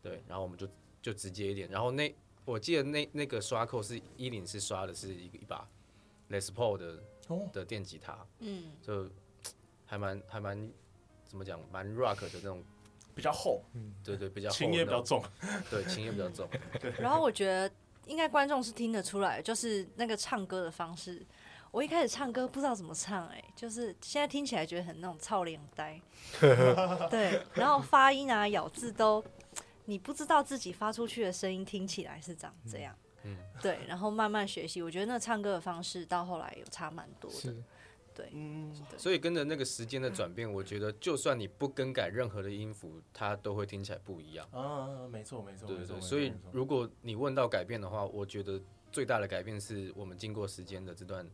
Speaker 3: 对，然后我们就就直接一点，然后那我记得那那个刷扣是一零是刷的是一一把 Les Paul 的
Speaker 2: 哦
Speaker 3: 的电吉他，
Speaker 4: 嗯，
Speaker 3: 就还蛮还蛮怎么讲，蛮 rock 的那种，
Speaker 2: 比较厚，
Speaker 3: 对对，比较厚
Speaker 2: 情也比较
Speaker 3: 那种，
Speaker 2: 重，
Speaker 3: 对，琴也比较重， [LAUGHS]
Speaker 4: [LAUGHS] 然后我觉得应该观众是听得出来，就是那个唱歌的方式。我一开始唱歌不知道怎么唱、哎，就是现在听起来觉得很那种操脸
Speaker 1: [LAUGHS]
Speaker 4: 呆，对，然后发
Speaker 1: 嗯
Speaker 4: 音啊、咬字都，你不知道自己发出去的声音听起来是长这样，对，然后慢慢学习。我觉得那唱歌的方式到后来有差蛮多的。
Speaker 1: 是
Speaker 2: 嗯，
Speaker 3: 所以跟着那个时间的转变，我觉得就算你不更改任何的音符，它都会听起来不一样。
Speaker 2: 啊，没错没错
Speaker 3: 对
Speaker 2: 没
Speaker 3: 对
Speaker 2: 错，
Speaker 3: 对，
Speaker 2: 没错
Speaker 3: 所以
Speaker 2: 没错
Speaker 3: 如果你问到改变的话，我觉得最大的改变是我们经过时间的这段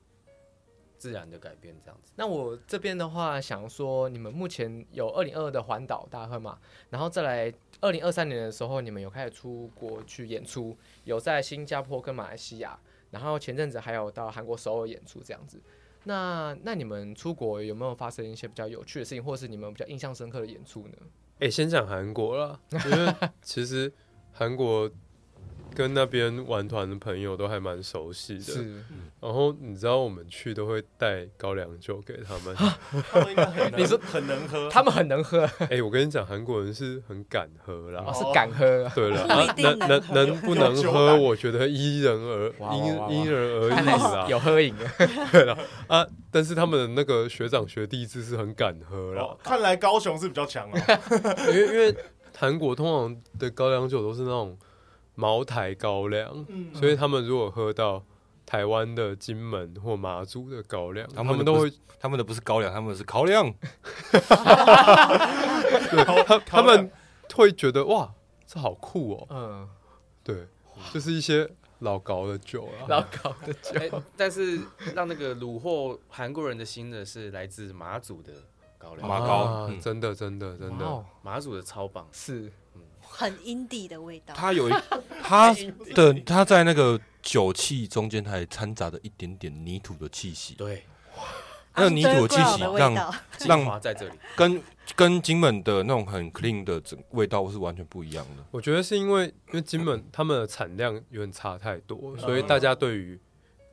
Speaker 3: 自然的改变，
Speaker 1: [LAUGHS]
Speaker 3: 这样子。
Speaker 1: 那我这边的话，想说你们目前有二零二的环岛大会嘛，然后再来二零二三年的时候，你们有开始出国去演出，有在新加坡跟马来西亚，然后前阵子还有到韩国首尔演出这样子。那那你们出国有没有发生一些比较有趣的事情，或是你们比较印象深刻的演出呢？
Speaker 6: 哎、先讲韩国啦，因为其实韩国跟那边玩团的朋友都还蛮熟悉的。
Speaker 1: 是，
Speaker 6: 然后你知道我们去都会带高粱酒给他们。
Speaker 1: 啊
Speaker 2: 他们应该很能
Speaker 1: 你说
Speaker 2: 很能喝，
Speaker 1: 他们很能喝，
Speaker 6: 哎、我跟你讲，韩国人是很敢喝啦。
Speaker 1: 哦、是敢喝啊，
Speaker 6: 对了，
Speaker 4: 不一
Speaker 6: 啊、
Speaker 4: 定
Speaker 6: 能
Speaker 4: 能喝
Speaker 6: 能能不能
Speaker 2: 有酒
Speaker 6: 喝，
Speaker 2: 胆
Speaker 6: 我觉得因人而
Speaker 1: 哇哇
Speaker 6: 因
Speaker 1: 哇哇
Speaker 6: 因人而异
Speaker 1: 看来
Speaker 6: 啦
Speaker 1: [LAUGHS] 是。有喝瘾啊。
Speaker 6: 啊，但是他们的那个学长学弟制是很敢喝啦，
Speaker 2: 哦看来高雄是比较强哦，
Speaker 6: 因为因为韩国通常的高粱酒都是那种茅台高粱，
Speaker 2: 嗯
Speaker 6: 所以他们如果喝到台湾的金门或马祖的高粱，他
Speaker 5: 他们的
Speaker 6: 们都
Speaker 5: 不
Speaker 6: 会，
Speaker 5: 他们的不是高粱，他们的是高粱。
Speaker 6: 他他们会觉得哇，这好酷哦，
Speaker 1: 嗯，
Speaker 6: 对，就是一些老高的酒啊，
Speaker 1: 老高的酒，
Speaker 3: 哎、但是让那个虏获韩国人的心的是来自马祖的高粱，
Speaker 5: 马高
Speaker 6: 啊
Speaker 5: 嗯
Speaker 6: 真的真的真
Speaker 1: 哇
Speaker 6: 的
Speaker 1: 哦，
Speaker 3: 马祖的超棒，
Speaker 1: 是
Speaker 4: 很 indie 的味道。
Speaker 5: 他有一他的他在那个酒气中间还掺杂着一点点泥土的气息， [LAUGHS]
Speaker 3: 对，
Speaker 5: 那个泥土的气
Speaker 4: Underground
Speaker 5: 息
Speaker 4: 的味
Speaker 5: 让
Speaker 4: 道，
Speaker 3: 精
Speaker 5: 让
Speaker 3: 华在这里。
Speaker 5: 跟跟金门的那种很 clean 的整味道是完全不一样的。
Speaker 6: 我觉得是因为因为金门他们的产量有点差太多，所
Speaker 2: 嗯
Speaker 6: 以大家对于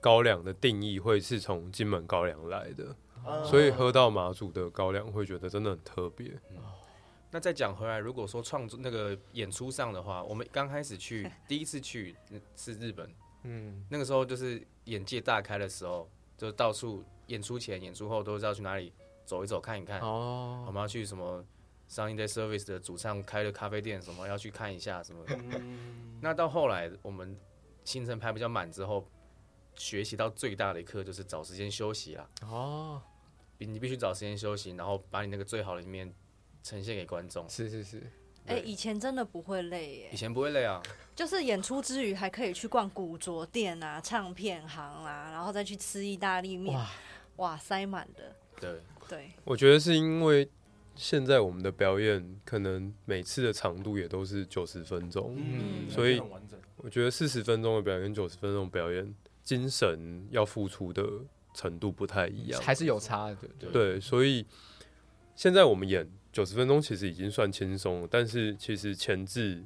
Speaker 6: 高粱的定义会是从金门高粱来的，
Speaker 1: 哦
Speaker 2: 嗯
Speaker 6: 所以喝到马祖的高粱会觉得真的很特别。
Speaker 3: 那再讲回来，如果说创作那个演出上的话，我们刚开始去第一次去嗯是日本，
Speaker 1: 嗯，
Speaker 3: 那个时候就是眼界大开的时候，就到处演出前、演出后都知道去哪里走一走、看一看。我
Speaker 1: 哦，
Speaker 3: 们要去什么 Sunny Day Service 的主唱开的咖啡店，什么要去看一下什么的。
Speaker 1: 嗯
Speaker 3: 那到后来我们行程排比较满之后，学习到最大的一课就是找时间休息啦。
Speaker 1: 哦，
Speaker 3: 你你必须找时间休息，然后把你那个最好的一面呈现给观众。
Speaker 1: 是是是，
Speaker 4: 哎、
Speaker 3: 对
Speaker 4: 以前真的不会累耶
Speaker 3: 以，前不会累啊，
Speaker 4: 就是演出之余还可以去逛古着店啊、唱片行啊，然后再去吃意大利面，哇
Speaker 1: 哇
Speaker 4: 塞满了。
Speaker 3: 对，
Speaker 4: 对，
Speaker 6: 我觉得是因为现在我们的表演可能每次的长度也都是九十分钟，
Speaker 2: 嗯，
Speaker 6: 所以
Speaker 2: 很完整
Speaker 6: 我觉得四十分钟的表演跟九十分钟的表演精神要付出的程度不太一样。
Speaker 1: 还是有差的，对对。
Speaker 6: 嗯对，所以现在我们演九十分钟其实已经算轻松了，但是其实前置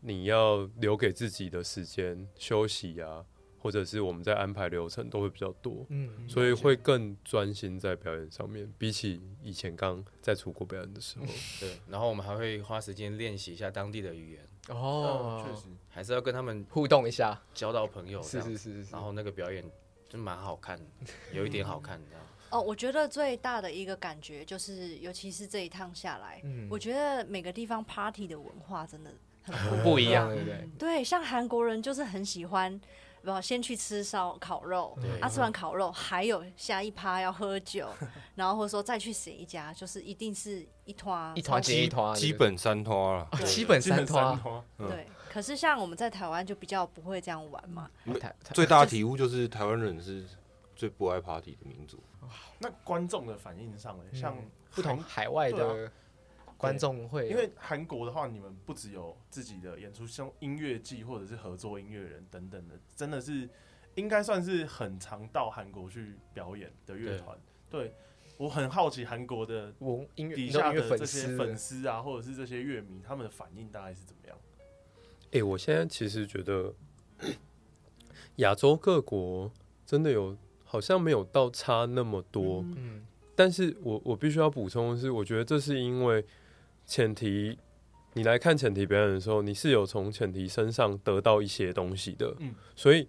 Speaker 6: 你要留给自己的时间休息啊，或者是我们在安排流程都会比较多，
Speaker 1: 嗯，
Speaker 6: 所以会更专心在表演上面，比起以前刚在出国表演的时候。
Speaker 3: 对。然后我们还会花时间练习一下当地的语言，
Speaker 1: 哦
Speaker 2: 嗯，确实
Speaker 3: 还是要跟他们
Speaker 1: 互动一下，
Speaker 3: 交到朋友这
Speaker 1: 是
Speaker 3: 样。
Speaker 1: 是是是是
Speaker 3: 然，后那个表演就蛮好看的，有一点好看，这样。
Speaker 4: 哦，我觉得最大的一个感觉就是，尤其是这一趟下来，
Speaker 1: 嗯
Speaker 4: 我觉得每个地方 party 的文化真的很
Speaker 1: 不一样，对不对？
Speaker 4: 对，像韩国人就是很喜欢，不先去吃烧烤肉，啊，吃
Speaker 1: 嗯
Speaker 4: 完烤肉还有下一趴要喝
Speaker 1: [LAUGHS]
Speaker 4: 酒，然后或者说再去谁家，就是一定是一团
Speaker 1: 一团接一
Speaker 5: 基
Speaker 1: 团，
Speaker 5: 基本三花 [LAUGHS] 了，
Speaker 1: 啊
Speaker 4: 对
Speaker 1: 基本
Speaker 2: 基
Speaker 1: 三
Speaker 2: 本三
Speaker 1: 团，
Speaker 2: 啊
Speaker 1: 啊
Speaker 2: 花，
Speaker 5: 嗯
Speaker 4: 对，可是像我们在台湾就比较不会这样玩嘛。
Speaker 1: 台台
Speaker 5: 最大的体悟就是台湾人是最不爱 party 的民族。 [LAUGHS]
Speaker 2: 那观众的反应上呢，
Speaker 1: 嗯
Speaker 2: 像
Speaker 1: 不同
Speaker 2: 韩，
Speaker 1: 海外
Speaker 2: 对
Speaker 1: 的观众会，
Speaker 2: 因为韩国的话，你们不只有自己的演出，像音乐季或者是合作音乐人等等的，真的是应该算是很常到韩国去表演的乐团。对我很好奇韩国的
Speaker 1: 文音乐
Speaker 2: 底
Speaker 1: 你知道
Speaker 2: 下
Speaker 1: 音乐
Speaker 2: 的这
Speaker 1: 粉
Speaker 2: 些
Speaker 1: 丝
Speaker 2: 粉丝啊，或者是这些乐迷，他们的反应大概是怎么样？
Speaker 6: 诶，我现在其实觉得 [COUGHS] 亚洲各国真的有好像没有到差那么多。
Speaker 1: 嗯
Speaker 6: 但是我我必须要补充的是，我觉得这是因为前提，你来看前提表演的时候，你是有从前提身上得到一些东西的，
Speaker 2: 嗯
Speaker 6: 所以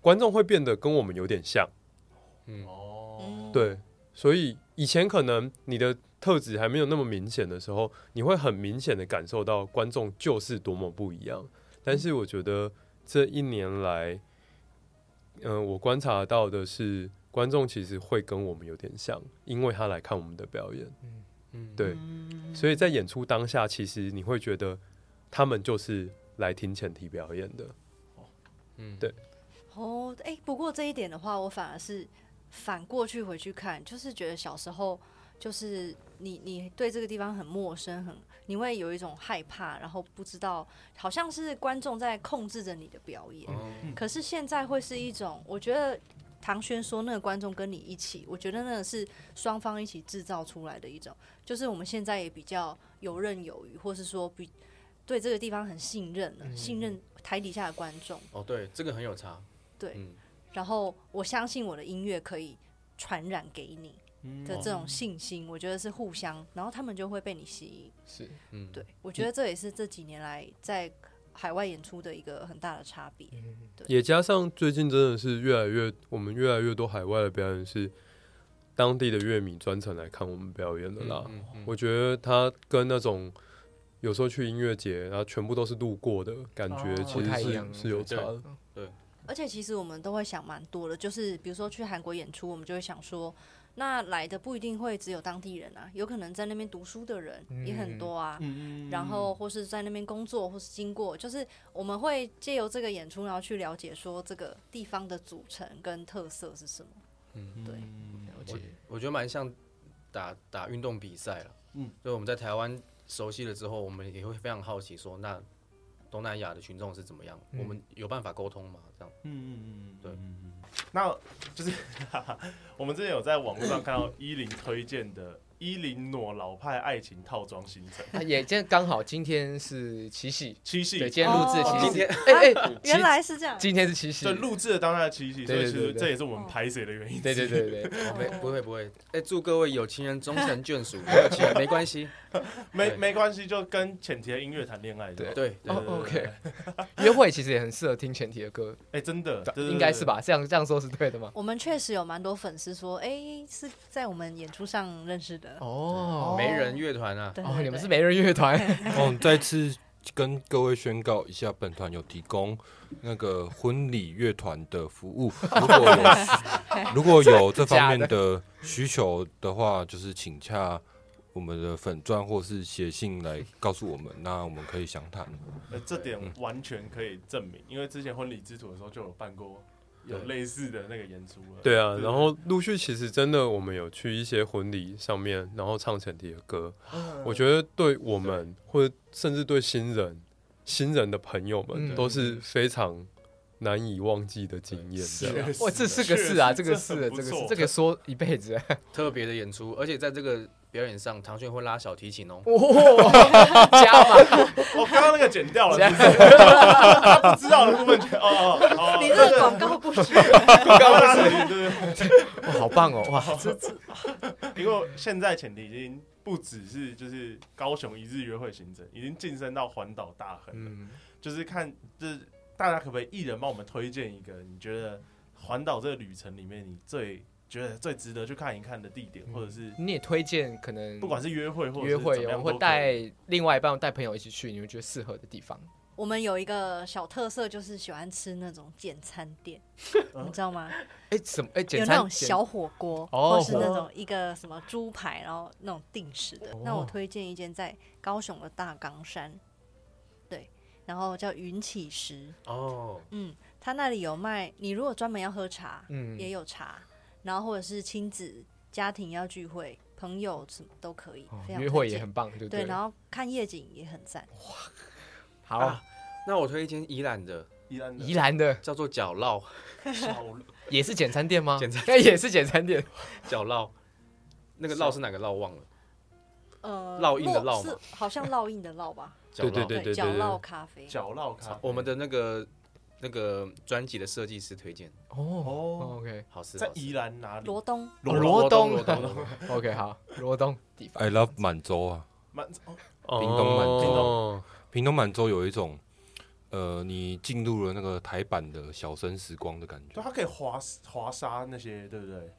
Speaker 6: 观众会变得跟我们有点像，
Speaker 2: 哦，
Speaker 1: 嗯
Speaker 6: 对，所以以前可能你的特质还没有那么明显的时候，你会很明显的感受到观众就是多么不一样，但是我觉得。这一年来，嗯、我观察到的是，观众其实会跟我们有点像，因为他来看我们的表演，
Speaker 1: 嗯，
Speaker 6: 对，所以在演出当下，其实你会觉得他们就是来听前提表演的，
Speaker 3: 嗯，
Speaker 6: 对
Speaker 4: 哦，哎、不过这一点的话，我反而是反过去回去看，就是觉得小时候就是你你对这个地方很陌生，很你会有一种害怕，然后不知道，好像是观众在控制着你的表演。
Speaker 3: 哦
Speaker 1: 嗯
Speaker 4: 可是现在会是一种，我觉得唐轩说那个观众跟你一起，我觉得那个是双方一起制造出来的一种，就是我们现在也比较游刃有余，或是说比对这个地方很信任了，信任台底下的观众。
Speaker 3: 哦，对，这个很有差，
Speaker 4: 对
Speaker 3: 嗯，
Speaker 4: 然后我相信我的音乐可以传染给你
Speaker 1: 哦
Speaker 4: 的
Speaker 2: 哦
Speaker 4: 这种信心，我觉得是互相，然后他们就会被你吸引。
Speaker 1: 是
Speaker 3: 嗯，
Speaker 4: 对，我觉得这也是这几年来在海外演出的一个很大的差别。
Speaker 6: 也加上最近真的是越来越，我们越来越多海外的表演是当地的乐迷专程来看我们表演的啦。
Speaker 3: 嗯嗯
Speaker 6: 我觉得它跟那种有时候去音乐节，然后全部都是路过的感觉，
Speaker 2: 哦
Speaker 6: 其
Speaker 1: 不太一
Speaker 6: 实
Speaker 1: 样
Speaker 6: 是是有差的。
Speaker 4: 而且其实我们都会想蛮多的，就是比如说去韩国演出，我们就会想说，那来的不一定会只有当地人啊，有可能在那边读书的人也很多啊。
Speaker 2: 嗯
Speaker 4: 然后或是在那边工作，或是经过，就是我们会借由这个演出，然后去了解说这个地方的组成跟特色是什么。
Speaker 2: 嗯
Speaker 4: 对
Speaker 1: 了
Speaker 3: 我
Speaker 1: 解，
Speaker 3: 我觉得蛮像打打运动比赛了，
Speaker 2: 嗯
Speaker 3: 嗯，所以我们在台湾熟悉了之后，我们也会非常好奇说，那东南亚的群众是怎么样？我们有办法沟通吗？这样，
Speaker 2: 嗯嗯嗯，
Speaker 3: 对
Speaker 2: 嗯。那就是 [LAUGHS] 我们之前有在网络上看到依林推荐的依林诺老派爱情套装行程，
Speaker 1: 啊也今天刚好今天是七夕，
Speaker 2: 七夕
Speaker 1: 对，今天录制
Speaker 4: 哦
Speaker 1: 七
Speaker 4: 今
Speaker 1: 夕，哎哎，
Speaker 4: 原来是这样，
Speaker 1: 今天是七夕
Speaker 2: 对，录制的当下的七夕，所以
Speaker 1: 对对
Speaker 2: 其实
Speaker 1: 对对
Speaker 2: 这也是我们拍谁的原因。
Speaker 1: 对对对对，
Speaker 3: 不会
Speaker 4: 哦
Speaker 3: 不会不会，哎，祝各位有情人终成眷属，没有情人没关系，
Speaker 2: 没
Speaker 3: 对
Speaker 2: 没关系，就跟浅提的音乐谈恋爱就好。
Speaker 1: 对
Speaker 3: 对，
Speaker 1: 哦
Speaker 2: 对对对
Speaker 1: ，OK，约 [LAUGHS] 会其实也很适合听前提的歌，
Speaker 2: 哎，真的，对
Speaker 1: 应该是？吧？这样这样说是对的吗？
Speaker 4: 我们确实有蛮多粉丝说，哎、是在我们演出上认识的。
Speaker 1: 哦
Speaker 3: 没人乐团啊，
Speaker 4: 对
Speaker 1: 哦，你们是
Speaker 4: 没
Speaker 1: 没人乐团，
Speaker 5: 哦，再次跟各位宣告一下，本团有提供那个婚礼乐团的服务，如果 [LAUGHS] 有如果有这方面的需求的话，就是请洽我们的粉钻或是写信来告诉我们，那我们可以详谈。
Speaker 2: 呃这点完全可以证明，因为之前婚礼之徒的时候就有办过有
Speaker 3: 对
Speaker 2: 类似的那个演出了。
Speaker 6: 对啊，然后陆续其实真的我们有去一些婚礼上面，然后唱前提的歌，
Speaker 1: 嗯
Speaker 6: 我觉得对我们或者甚至对新人、新人的朋友们
Speaker 1: 嗯
Speaker 6: 都是非常难以忘记的经验。这样
Speaker 2: 确实
Speaker 1: 哇，这是个是啊，这个是
Speaker 2: 很
Speaker 1: 这
Speaker 2: 不
Speaker 1: 个是
Speaker 2: 错
Speaker 1: 这个说一辈子， [LAUGHS]
Speaker 3: 特别的演出，而且在这个表演上，唐炫会拉小提琴哦，
Speaker 1: 哇，加嘛，
Speaker 2: [LAUGHS] 哦，刚刚那个剪掉了，
Speaker 1: 加
Speaker 2: 是不
Speaker 1: [LAUGHS]
Speaker 2: 是他
Speaker 1: 啊
Speaker 2: 不知道的部分全哦哦哦，
Speaker 4: 你这个广告不是
Speaker 2: 刚刚对对对
Speaker 1: 哇，好棒哦，哇，这
Speaker 2: 对，因为现在前提已经不只是就是高雄一日约会行程，已经晋升到环岛大亨了，
Speaker 1: 嗯，
Speaker 2: 就是看就是大家可不可以一人帮我们推荐一个你觉得环岛这个旅程里面你最觉得最值得去看一看的地点，或者是
Speaker 1: 你也推荐可能
Speaker 2: 不管是约会或者是
Speaker 1: 嗯约会
Speaker 2: 怎么
Speaker 1: 哦，
Speaker 2: 样
Speaker 1: 或
Speaker 2: 都可以
Speaker 1: 带另外一半带朋友一起去，你们觉得适合的地方，
Speaker 4: 我们有一个小特色，就是喜欢吃那种简餐
Speaker 1: [LAUGHS]
Speaker 4: 店，你知道吗？
Speaker 1: 哎，什么哎，简
Speaker 4: 有那
Speaker 1: 餐
Speaker 4: 种小火锅，
Speaker 1: 哦
Speaker 4: 或是那
Speaker 1: 火
Speaker 4: 种一个什么猪排，然后那种定时的。那我推荐一间在高雄的大冈山，对，然后叫云起石，
Speaker 3: 哦，
Speaker 4: 嗯，他那里有卖，你如果专门要喝茶，
Speaker 1: 嗯
Speaker 4: 也有茶，然后或者是亲子、家庭要聚会，朋友什么都可以，
Speaker 1: 哦
Speaker 4: 非常
Speaker 1: 约会
Speaker 4: 推
Speaker 1: 也
Speaker 4: 荐
Speaker 1: 很棒，对不
Speaker 4: 对，
Speaker 1: 对？
Speaker 4: 然后看夜景也很赞。
Speaker 1: 好
Speaker 3: 啊，那我推荐宜兰的，
Speaker 2: 宜兰的
Speaker 1: 宜兰的
Speaker 3: 叫做角烙，
Speaker 1: [LAUGHS]
Speaker 2: 小
Speaker 1: 也是简餐店吗？
Speaker 3: 简餐
Speaker 1: 哎 [LAUGHS] 也是简餐店，
Speaker 3: 角烙，那个烙是哪个烙忘了，
Speaker 4: 呃，
Speaker 3: 烙印的
Speaker 4: 莫
Speaker 3: 烙
Speaker 4: 是
Speaker 3: 嘛
Speaker 4: 好像烙印的烙吧？
Speaker 3: 角烙
Speaker 6: 对对
Speaker 4: 角烙咖啡。
Speaker 2: 角落咖啡，
Speaker 3: 我们的那个那个专辑的设计师推荐，
Speaker 1: 哦，OK 哦
Speaker 3: 好吃，
Speaker 2: 在
Speaker 3: 好吃
Speaker 2: 宜兰哪里？
Speaker 4: 罗东，
Speaker 1: 罗
Speaker 3: 罗
Speaker 1: 东
Speaker 3: 罗东，罗东
Speaker 1: OK 好，罗东地方
Speaker 5: I love 满洲啊，
Speaker 2: 蛮哦
Speaker 5: 屏东满洲
Speaker 6: 哦
Speaker 5: 屏东满洲有一种，呃，你进入了那个台版的小生时光的感觉
Speaker 2: 对，。它可啊以滑滑沙那些，对不对？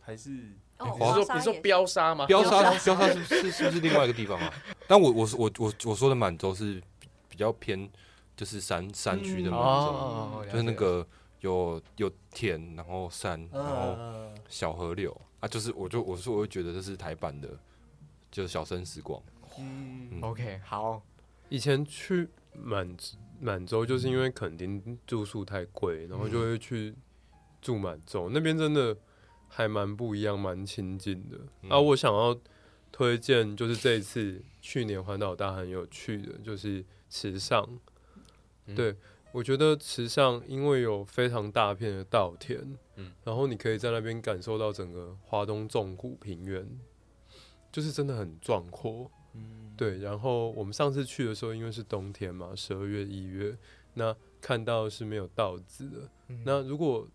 Speaker 2: 还是
Speaker 4: 哦，
Speaker 5: 你
Speaker 3: 你
Speaker 4: 华
Speaker 3: 说
Speaker 4: 沙
Speaker 3: 你说
Speaker 4: 也
Speaker 3: 标杀吗？
Speaker 5: 标沙标沙
Speaker 2: [LAUGHS]
Speaker 5: 是是是不是另外一个地方啊？但我我是我我我说的满洲是比较偏就是山山区的
Speaker 2: 嗯
Speaker 5: 嘛，
Speaker 1: 哦，了
Speaker 5: 就是那
Speaker 1: 解
Speaker 5: 个有有田，然后山，
Speaker 1: 哦
Speaker 5: 然后
Speaker 2: 嗯，
Speaker 5: 小河流啊，就是我就我说我会觉得这是台版的，就是小生时光。
Speaker 2: 嗯，
Speaker 1: OK 好，
Speaker 6: 以前去满满洲，就是因为垦丁住宿太贵，然后就会去住满洲、那边，真的还蛮不一样，蛮亲近的。
Speaker 5: 嗯
Speaker 6: 啊，我想要推荐就是这一次去年环岛大很有趣的，就是池上。
Speaker 3: 嗯
Speaker 6: 对我觉得池上因为有非常大片的稻田，
Speaker 3: 嗯
Speaker 6: 然后你可以在那边感受到整个华东纵谷平原，就是真的很壮阔。
Speaker 2: 嗯
Speaker 6: 对，然后我们上次去的时候，因为是冬天嘛，十二月、一月，那看到是没有稻子的。
Speaker 1: 嗯
Speaker 6: 那如果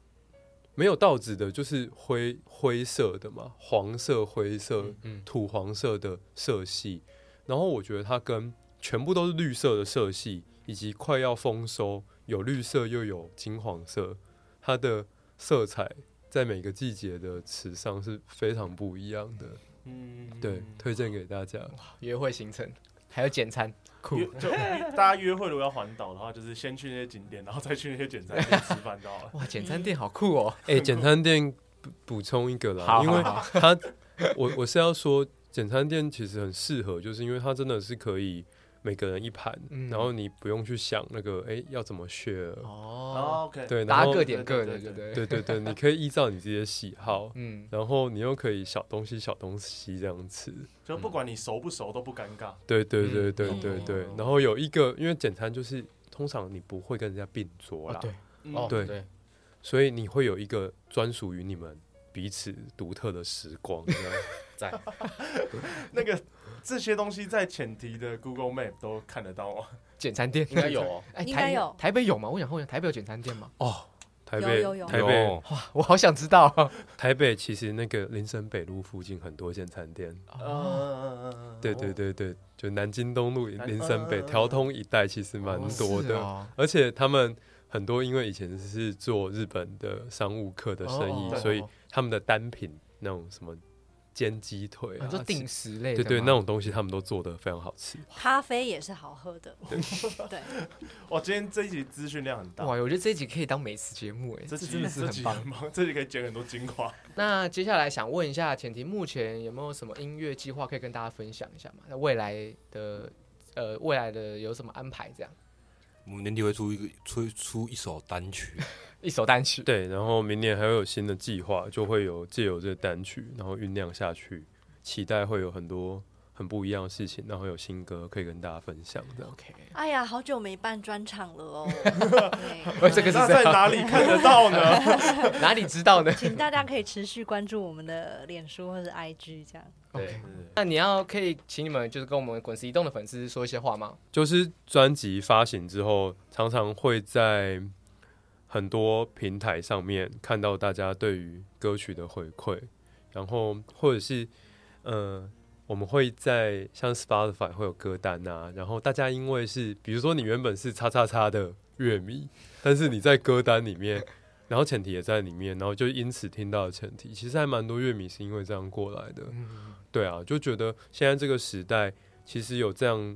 Speaker 6: 没有稻子的，就是灰灰色的嘛，黄色、灰色、
Speaker 3: 嗯
Speaker 6: 土黄色的色系。然后我觉得它跟全部都是绿色的色系，以及快要丰收，有绿色又有金黄色，它的色彩在每个季节的池上是非常不一样的。
Speaker 2: 嗯
Speaker 6: 对，推荐给大家。
Speaker 1: 约会行程还有简餐，酷
Speaker 2: 约就大家约会如果要环岛的话，就是先去那些景点，然后再去那些简餐店吃饭就好了。
Speaker 1: 哇，简餐店好酷哦，
Speaker 6: 哎、简餐店补补充一个啦，
Speaker 1: 好
Speaker 6: 因为
Speaker 1: 好好
Speaker 6: 它，我我是要说，简餐店其实很适合，就是因为它真的是可以每个人一盘，
Speaker 1: 嗯
Speaker 6: 然后你不用去想那个哎、要怎么 share，、
Speaker 1: [LAUGHS] 哦，
Speaker 2: 哦 OK，
Speaker 6: 对，然
Speaker 1: 大家
Speaker 6: 后
Speaker 1: 各点各的，
Speaker 2: 对
Speaker 1: 对
Speaker 2: 对对
Speaker 1: 不对？
Speaker 6: 对对对，你可以依照你自己的喜好，
Speaker 1: 嗯，
Speaker 6: 然后你又可以小东西小东西这样吃，
Speaker 2: 就不管你熟不熟都不尴尬。
Speaker 6: 对对对对对
Speaker 2: 嗯
Speaker 6: 对
Speaker 2: 哦，
Speaker 6: 然后有一个，因为简餐就是通常你不会跟人家并桌
Speaker 1: 哦
Speaker 6: 啦，
Speaker 1: 对，
Speaker 3: 哦，
Speaker 6: 对
Speaker 3: 对，
Speaker 6: 所以你会有一个专属于你们彼此独特的时光，这样
Speaker 3: 在
Speaker 2: 那个这些东西在前提的 Google Map 都看得到吗？
Speaker 1: 简餐店
Speaker 3: 应该有， [LAUGHS] 哦，
Speaker 1: [LAUGHS] 哎，
Speaker 4: 应该
Speaker 1: 台
Speaker 4: 有
Speaker 1: 台北有吗？我想问一下，台北有简餐店吗？ [LAUGHS]
Speaker 6: 哦，台
Speaker 4: 有
Speaker 6: 北
Speaker 4: 有有
Speaker 6: 台北
Speaker 5: 有
Speaker 1: 哇，我好想知道哦，
Speaker 6: 台北其实那个林森北路附近很多间餐店，
Speaker 1: 哦
Speaker 2: 嗯，
Speaker 6: 对对对对，就南京东路、
Speaker 2: 南
Speaker 6: 林森北、
Speaker 2: 嗯嗯嗯
Speaker 6: 调通一带其实蛮多
Speaker 1: 哦是
Speaker 6: 的，
Speaker 1: 哦
Speaker 6: 而且他们很多因为以前是做日本的商务客的生意，
Speaker 1: 哦
Speaker 6: 所以他们的单品那种什么煎鸡腿啊
Speaker 1: 很，多哦定时类的
Speaker 6: 对
Speaker 1: 吗，
Speaker 6: 对那种东西他们都做的非常好吃。
Speaker 4: 咖啡也是好喝的，对，
Speaker 2: 哇，哦今天这一集资讯量很大
Speaker 1: 哇，，我觉得这一集可以当美食节目哎，
Speaker 2: 这
Speaker 1: 这
Speaker 2: 集
Speaker 1: 真的是
Speaker 2: 这
Speaker 1: 很
Speaker 2: 集
Speaker 1: 棒
Speaker 2: 很。棒，这集可以剪很多精华。
Speaker 1: 那接下来想问一下，前提目前有没有什么音乐计划可以跟大家分享一下嘛？那未来的呃，未来的有什么安排？这样
Speaker 5: 我们年底会出一个出出一首单
Speaker 1: [LAUGHS]
Speaker 5: 曲，
Speaker 1: 一首单曲，
Speaker 6: 对，然后明年还会有新的计划，就会有借由这个单曲，然后酝酿下去，期待会有很多很不一样的事情，然后有新歌可以跟大家分享。这样，
Speaker 1: ，OK，
Speaker 4: 哎呀，好久没办专场了哦，对
Speaker 1: 呃这个是
Speaker 2: 那
Speaker 1: 这
Speaker 2: 在
Speaker 1: 样
Speaker 2: 哪里看得到呢？
Speaker 1: [LAUGHS] 哪里知道呢？
Speaker 4: 请大家可以持续关注我们的脸书或者 IG 这样。
Speaker 3: 对，
Speaker 1: 那你要可以请你们就是跟我们滚石移动的粉丝说一些话吗？
Speaker 6: 就是专辑发行之后，常常会在很多平台上面看到大家对于歌曲的回馈，然后或者是呃，我们会在像 Spotify 会有歌单啊，然后大家因为是比如说你原本是叉叉叉的乐迷，但是你在歌单里面，然后前提也在里面，然后就因此听到前提，其实还蛮多乐迷是因为这样过来的，对啊，就觉得现在这个时代其实有这样。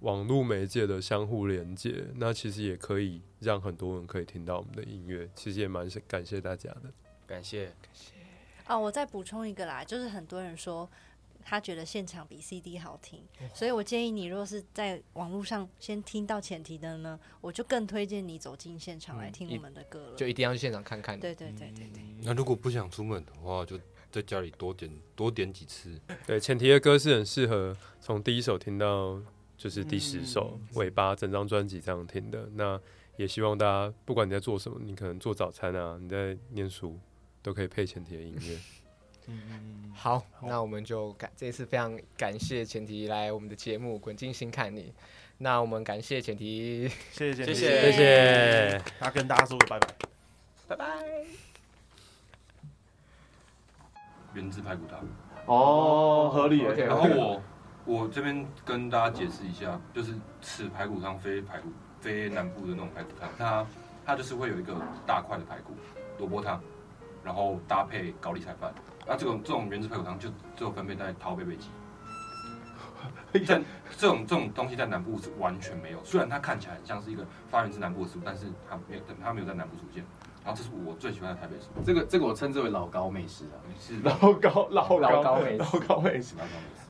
Speaker 6: 网络媒介的相互连接，那其实也可以让很多人可以听到我们的音乐，其实也蛮感谢大家的。
Speaker 3: 感谢，
Speaker 4: 哦，我再补充一个啦，就是很多人说他觉得现场比 CD 好听，所以我建议你，如果是在网络上先听到前提的呢，我就更推荐你走进现场来
Speaker 1: 嗯
Speaker 4: 听
Speaker 1: 一
Speaker 4: 我们的歌了。
Speaker 1: 就一定要去现场看看。，
Speaker 4: 对对对对对，
Speaker 5: 那如果不想出门的话，就在家里多点多点几次。
Speaker 6: 对，前提的歌是很适合从第一首听到就是第十首、
Speaker 2: 嗯
Speaker 6: 尾巴整张专辑这样听的。那也希望大家，不管你在做什么，你可能做早餐啊，你在念书，都可以配前提的音乐。
Speaker 2: 嗯
Speaker 1: 好，那我们就感这次非常感谢前提来我们的节目《滚进心看你》，那我们感谢前提。
Speaker 2: 谢谢，
Speaker 3: 谢谢
Speaker 6: 谢谢。
Speaker 2: 大家跟大家说个拜拜。
Speaker 5: 原汁排骨汤。
Speaker 2: 哦，合
Speaker 1: [LAUGHS]
Speaker 2: 理耶。
Speaker 1: OK
Speaker 5: 然后我我这边跟大家解释一下，就是此排骨汤非排骨非南部的那种排骨汤，它它就是会有一个大块的排骨萝卜汤，然后
Speaker 3: [LAUGHS]
Speaker 5: 搭配高丽菜饭。那、这种这种原汁排骨汤就只有分配在桃贝贝鸡。但这种这种东西在南部是完全没有，虽然它看起来很像是一个发源自南部的食物，但是它没有它没有在南部出现。然后这是我最喜欢的台北食物，
Speaker 3: 这个这个我称之为老高美食啊，
Speaker 5: 是
Speaker 2: 老高老
Speaker 5: 老
Speaker 2: 高
Speaker 5: 高美食
Speaker 2: 老高美食。
Speaker 5: 老高美食。